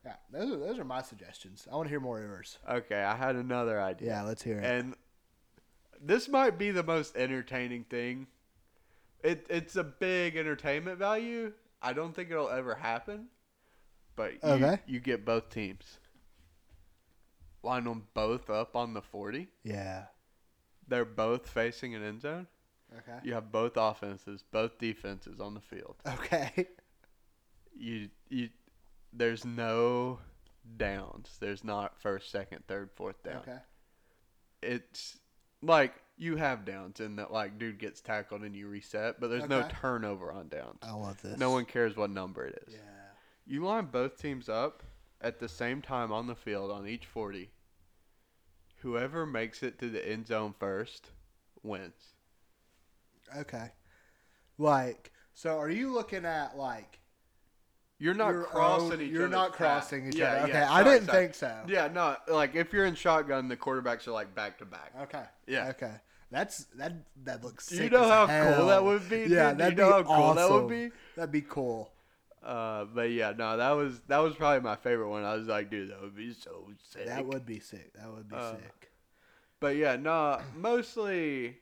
[SPEAKER 1] yeah, those are, those are my suggestions. I want to hear more of yours.
[SPEAKER 2] Okay. I had another idea.
[SPEAKER 1] Yeah, let's hear it.
[SPEAKER 2] And this might be the most entertaining thing. It, it's a big entertainment value. I don't think it'll ever happen. But you,
[SPEAKER 1] Okay.
[SPEAKER 2] you get both teams. Line them both up on the 40.
[SPEAKER 1] yeah.
[SPEAKER 2] They're both facing an end zone.
[SPEAKER 1] Okay.
[SPEAKER 2] You have both offenses, both defenses on the field.
[SPEAKER 1] Okay.
[SPEAKER 2] You you there's no downs. There's not first, second, third, fourth down.
[SPEAKER 1] Okay.
[SPEAKER 2] It's like you have downs in that like dude gets tackled and you reset, but there's no
[SPEAKER 1] Okay.
[SPEAKER 2] turnover on downs.
[SPEAKER 1] I love this.
[SPEAKER 2] No one cares what number it is.
[SPEAKER 1] Yeah.
[SPEAKER 2] You line both teams up at the same time on the field on each 40. Whoever makes it to the end zone first wins.
[SPEAKER 1] Okay. Like, so are you looking at like
[SPEAKER 2] You're not
[SPEAKER 1] your
[SPEAKER 2] crossing
[SPEAKER 1] own-
[SPEAKER 2] each
[SPEAKER 1] You're
[SPEAKER 2] other's
[SPEAKER 1] not
[SPEAKER 2] path.
[SPEAKER 1] crossing each
[SPEAKER 2] Yeah,
[SPEAKER 1] other.
[SPEAKER 2] yeah,
[SPEAKER 1] Okay, I
[SPEAKER 2] sorry,
[SPEAKER 1] didn't
[SPEAKER 2] sorry.
[SPEAKER 1] think so.
[SPEAKER 2] Yeah, no, like if you're in shotgun, the quarterbacks are like back to back.
[SPEAKER 1] Okay.
[SPEAKER 2] Yeah.
[SPEAKER 1] Okay. That's that. That looks.
[SPEAKER 2] You
[SPEAKER 1] sick
[SPEAKER 2] know
[SPEAKER 1] as
[SPEAKER 2] how
[SPEAKER 1] hell.
[SPEAKER 2] cool that would be, dude?
[SPEAKER 1] Yeah,
[SPEAKER 2] You
[SPEAKER 1] that'd be
[SPEAKER 2] know how cool that would
[SPEAKER 1] awesome.
[SPEAKER 2] be?
[SPEAKER 1] That'd be cool.
[SPEAKER 2] Uh, but yeah, no, that was that was probably my favorite one. I was like, dude, that would be so sick.
[SPEAKER 1] That would be sick. That would be
[SPEAKER 2] Uh,
[SPEAKER 1] sick.
[SPEAKER 2] But yeah, no, mostly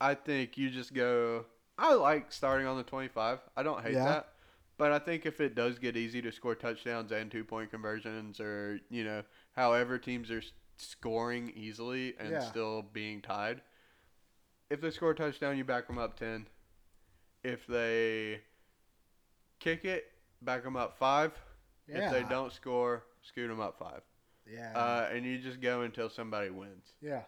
[SPEAKER 2] I think you just go. I like starting on the 25. I don't hate
[SPEAKER 1] Yeah.
[SPEAKER 2] that. But I think if it does get easy to score touchdowns and two point conversions or, you know, however teams are s- scoring easily and
[SPEAKER 1] Yeah.
[SPEAKER 2] still being tied, if they score a touchdown, you back them up 10. If they kick it, back them up 5. If they
[SPEAKER 1] Yeah.
[SPEAKER 2] don't score, scoot them up 5.
[SPEAKER 1] Yeah.
[SPEAKER 2] Uh, and you just go until somebody wins.
[SPEAKER 1] yeah.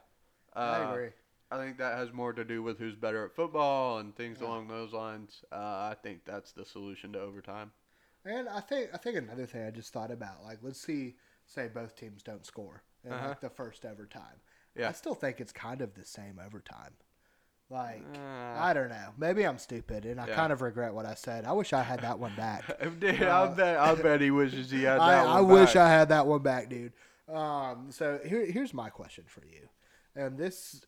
[SPEAKER 2] Uh,
[SPEAKER 1] I agree.
[SPEAKER 2] I think that has more to do with who's better at football and things
[SPEAKER 1] Yeah.
[SPEAKER 2] along those lines. Uh, I think that's the solution to overtime.
[SPEAKER 1] And I think I think another thing I just thought about, like let's see, say both teams don't score in
[SPEAKER 2] Uh-huh.
[SPEAKER 1] like the first overtime.
[SPEAKER 2] Yeah.
[SPEAKER 1] I still think it's kind of the same overtime. Like
[SPEAKER 2] Uh,
[SPEAKER 1] I don't know. Maybe I'm stupid and I
[SPEAKER 2] Yeah.
[SPEAKER 1] kind of regret what I said. I wish I had that one back.
[SPEAKER 2] Dude, I
[SPEAKER 1] uh,
[SPEAKER 2] bet I bet he wishes he had that
[SPEAKER 1] I,
[SPEAKER 2] one
[SPEAKER 1] I wish
[SPEAKER 2] back.
[SPEAKER 1] I had that one back, dude. Um, so here, here's my question for you, and this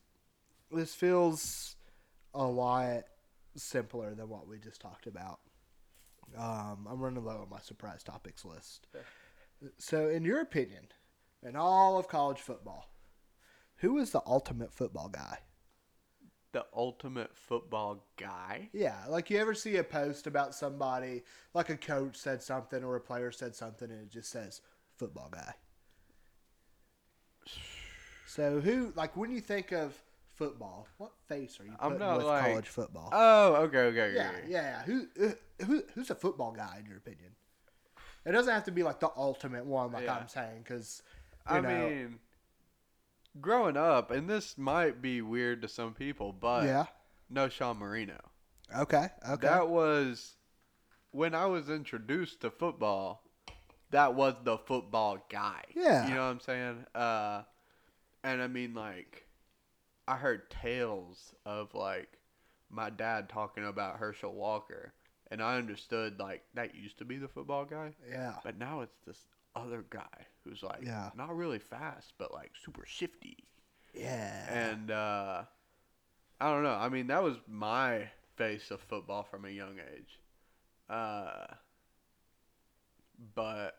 [SPEAKER 1] this feels a lot simpler than what we just talked about. Um, I'm running low on my surprise topics list. So, in your opinion, in all of college football, who is the ultimate football guy?
[SPEAKER 2] the ultimate football guy.
[SPEAKER 1] Yeah, like you ever see a post about somebody, like a coach said something or a player said something, and it just says football guy. So who, like, when you think of football, what face are you
[SPEAKER 2] I'm
[SPEAKER 1] putting
[SPEAKER 2] not
[SPEAKER 1] with
[SPEAKER 2] like-
[SPEAKER 1] college football?
[SPEAKER 2] Oh, okay, okay, okay.
[SPEAKER 1] yeah,
[SPEAKER 2] okay.
[SPEAKER 1] yeah. Who, uh, who, who's a football guy in your opinion? It doesn't have to be like the ultimate one, like
[SPEAKER 2] Yeah.
[SPEAKER 1] I'm saying, because you
[SPEAKER 2] I
[SPEAKER 1] know,
[SPEAKER 2] mean, growing up, and this might be weird to some people, but
[SPEAKER 1] yeah.
[SPEAKER 2] no Sean Marino.
[SPEAKER 1] Okay, okay.
[SPEAKER 2] That was when I was introduced to football. That was the football guy.
[SPEAKER 1] Yeah.
[SPEAKER 2] you know what I'm saying. Uh, and I mean, like, I heard tales of like my dad talking about Herschel Walker, and I understood like that used to be the football guy,
[SPEAKER 1] yeah.
[SPEAKER 2] but now it's this other guy who's like
[SPEAKER 1] Yeah.
[SPEAKER 2] not really fast, but like super shifty
[SPEAKER 1] Yeah.
[SPEAKER 2] and uh, I don't know. I mean, that was my face of football from a young age. Uh, but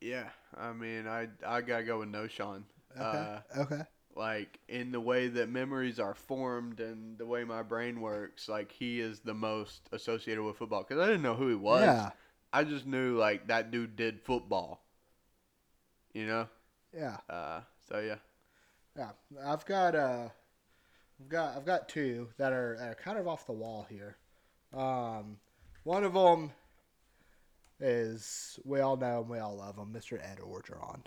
[SPEAKER 2] yeah, I mean, I I gotta go with no Sean.
[SPEAKER 1] okay.
[SPEAKER 2] Uh,
[SPEAKER 1] okay.
[SPEAKER 2] like in the way that memories are formed and the way my brain works, like he is the most associated with football because I didn't know who he was.
[SPEAKER 1] Yeah.
[SPEAKER 2] I just knew like that dude did football. You know.
[SPEAKER 1] Yeah.
[SPEAKER 2] Uh, so yeah.
[SPEAKER 1] Yeah. I've got uh I've got I've got two that are, that are kind of off the wall here. Um one of them is we all know and we all love him, Mr. Ed Orgeron.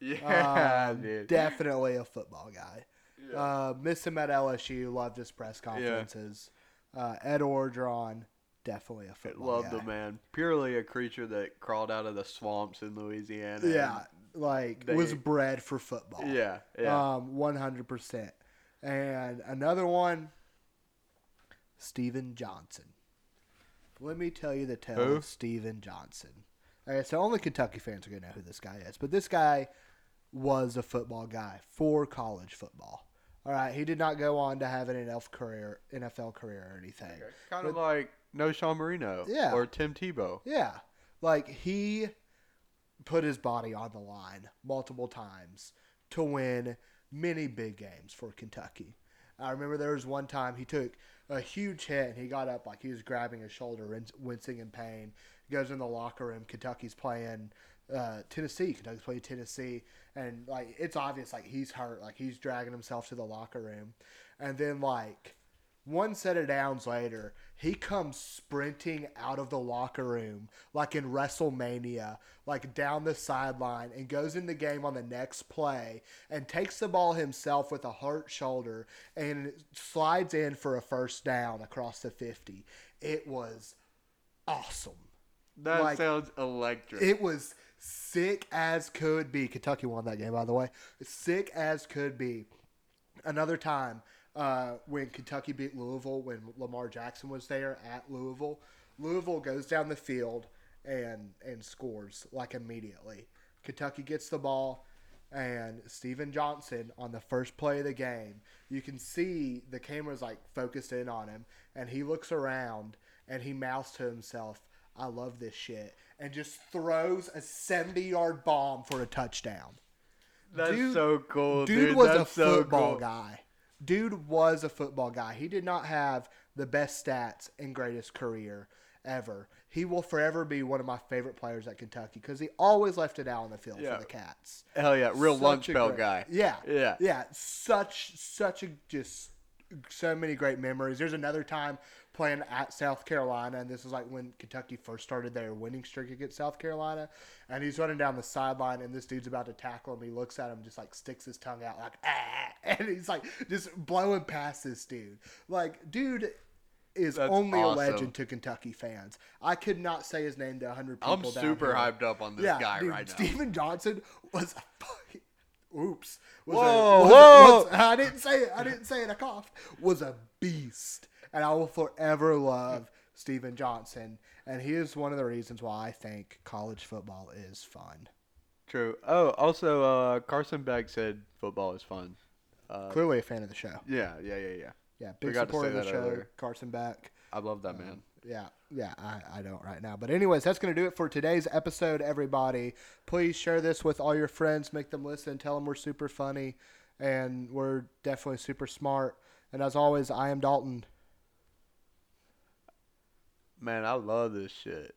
[SPEAKER 2] Yeah,
[SPEAKER 1] Um,
[SPEAKER 2] dude.
[SPEAKER 1] Definitely a football guy.
[SPEAKER 2] Yeah.
[SPEAKER 1] Uh, miss him at LSU. Loved his press conferences. Uh, Ed Orgeron, definitely a football
[SPEAKER 2] Love
[SPEAKER 1] guy.
[SPEAKER 2] the man. Purely a creature that crawled out of the swamps in Louisiana. and-
[SPEAKER 1] Yeah, like
[SPEAKER 2] They-
[SPEAKER 1] was bred for football.
[SPEAKER 2] Yeah. Yeah.
[SPEAKER 1] Um, one hundred percent. And another one, Steven Johnson. Let me tell you the tale
[SPEAKER 2] Who?
[SPEAKER 1] of Steven Johnson. All right, so only Kentucky fans are gonna know who this guy is, but this guy was a football guy for college football. All right, he did not go on to have an NFL career, NFL career or anything.
[SPEAKER 2] kind of like no Sean Marino.
[SPEAKER 1] Yeah.
[SPEAKER 2] Or Tim Tebow.
[SPEAKER 1] Yeah. Like he put his body on the line multiple times to win many big games for Kentucky. I remember there was one time he took a huge hit and he got up like he was grabbing his shoulder and wincing in pain. goes in the locker room. Kentucky's playing uh, Tennessee. Kentucky's playing Tennessee, and like it's obvious like he's hurt. Like he's dragging himself to the locker room, and then like one set of downs later, he comes sprinting out of the locker room like in WrestleMania, like down the sideline, and goes in the game on the next play and takes the ball himself with a hurt shoulder and slides in for a first down across the 50. It was awesome.
[SPEAKER 2] That
[SPEAKER 1] Like-
[SPEAKER 2] sounds electric.
[SPEAKER 1] It was sick as could be. Kentucky won that game, by the way. Sick as could be. Another time uh, when Kentucky beat Louisville, when Lamar Jackson was there at Louisville, Louisville goes down the field and and scores like immediately. Kentucky gets the ball. And Steven Johnson on the first play of the game, you can see the camera's like focused in on him, and he looks around and he mouths to himself, I love this shit, and just throws a 70 yard bomb for a touchdown.
[SPEAKER 2] That's
[SPEAKER 1] dude-
[SPEAKER 2] so cool.
[SPEAKER 1] Dude,
[SPEAKER 2] Dude,
[SPEAKER 1] was
[SPEAKER 2] That's
[SPEAKER 1] a
[SPEAKER 2] so
[SPEAKER 1] football
[SPEAKER 2] cool.
[SPEAKER 1] guy. Dude was a football guy. He did not have the best stats and greatest career ever. He will forever be one of my favorite players at Kentucky because he always left it out on the field
[SPEAKER 2] Yeah.
[SPEAKER 1] for the Cats.
[SPEAKER 2] Hell yeah. Real
[SPEAKER 1] Such
[SPEAKER 2] lunch
[SPEAKER 1] a
[SPEAKER 2] bell
[SPEAKER 1] great-
[SPEAKER 2] guy.
[SPEAKER 1] Yeah.
[SPEAKER 2] Yeah.
[SPEAKER 1] Yeah. Such, such a just so many great memories. There's another time playing at South Carolina, and this is like when Kentucky first started their winning streak against South Carolina. And he's running down the sideline, and this dude's about to tackle him. He looks at him, just like sticks his tongue out, like, ah, and he's like just blowing past this dude. Like, dude. Is
[SPEAKER 2] That's
[SPEAKER 1] only a
[SPEAKER 2] awesome.
[SPEAKER 1] legend to Kentucky fans. I could not say his name to 100 people.
[SPEAKER 2] I'm
[SPEAKER 1] down
[SPEAKER 2] super
[SPEAKER 1] here.
[SPEAKER 2] hyped up on this
[SPEAKER 1] Yeah,
[SPEAKER 2] guy
[SPEAKER 1] dude,
[SPEAKER 2] right now.
[SPEAKER 1] Steven Johnson was a fucking. Oops. Was
[SPEAKER 2] Whoa,
[SPEAKER 1] was
[SPEAKER 2] whoa.
[SPEAKER 1] was- I didn't say it. I didn't say it. I coughed. Was a beast, and I will forever love Steven Johnson. And he is one of the reasons why I think college football is fun.
[SPEAKER 2] True. Oh, also, uh, Carson Beck said football is fun. Uh,
[SPEAKER 1] Clearly a fan of the show.
[SPEAKER 2] yeah, yeah, yeah, yeah.
[SPEAKER 1] Yeah, big
[SPEAKER 2] Forgot to
[SPEAKER 1] supporter of
[SPEAKER 2] say
[SPEAKER 1] the
[SPEAKER 2] that
[SPEAKER 1] show. Um,
[SPEAKER 2] earlier.
[SPEAKER 1] Carson Beck.
[SPEAKER 2] I love that man.
[SPEAKER 1] Yeah, yeah, I, I don't right now. But, anyways, that's going to do it for today's episode, everybody. Please share this with all your friends, make them listen, tell them we're super funny and we're definitely super smart. And as always, I am Dalton.
[SPEAKER 2] Man, I love this shit.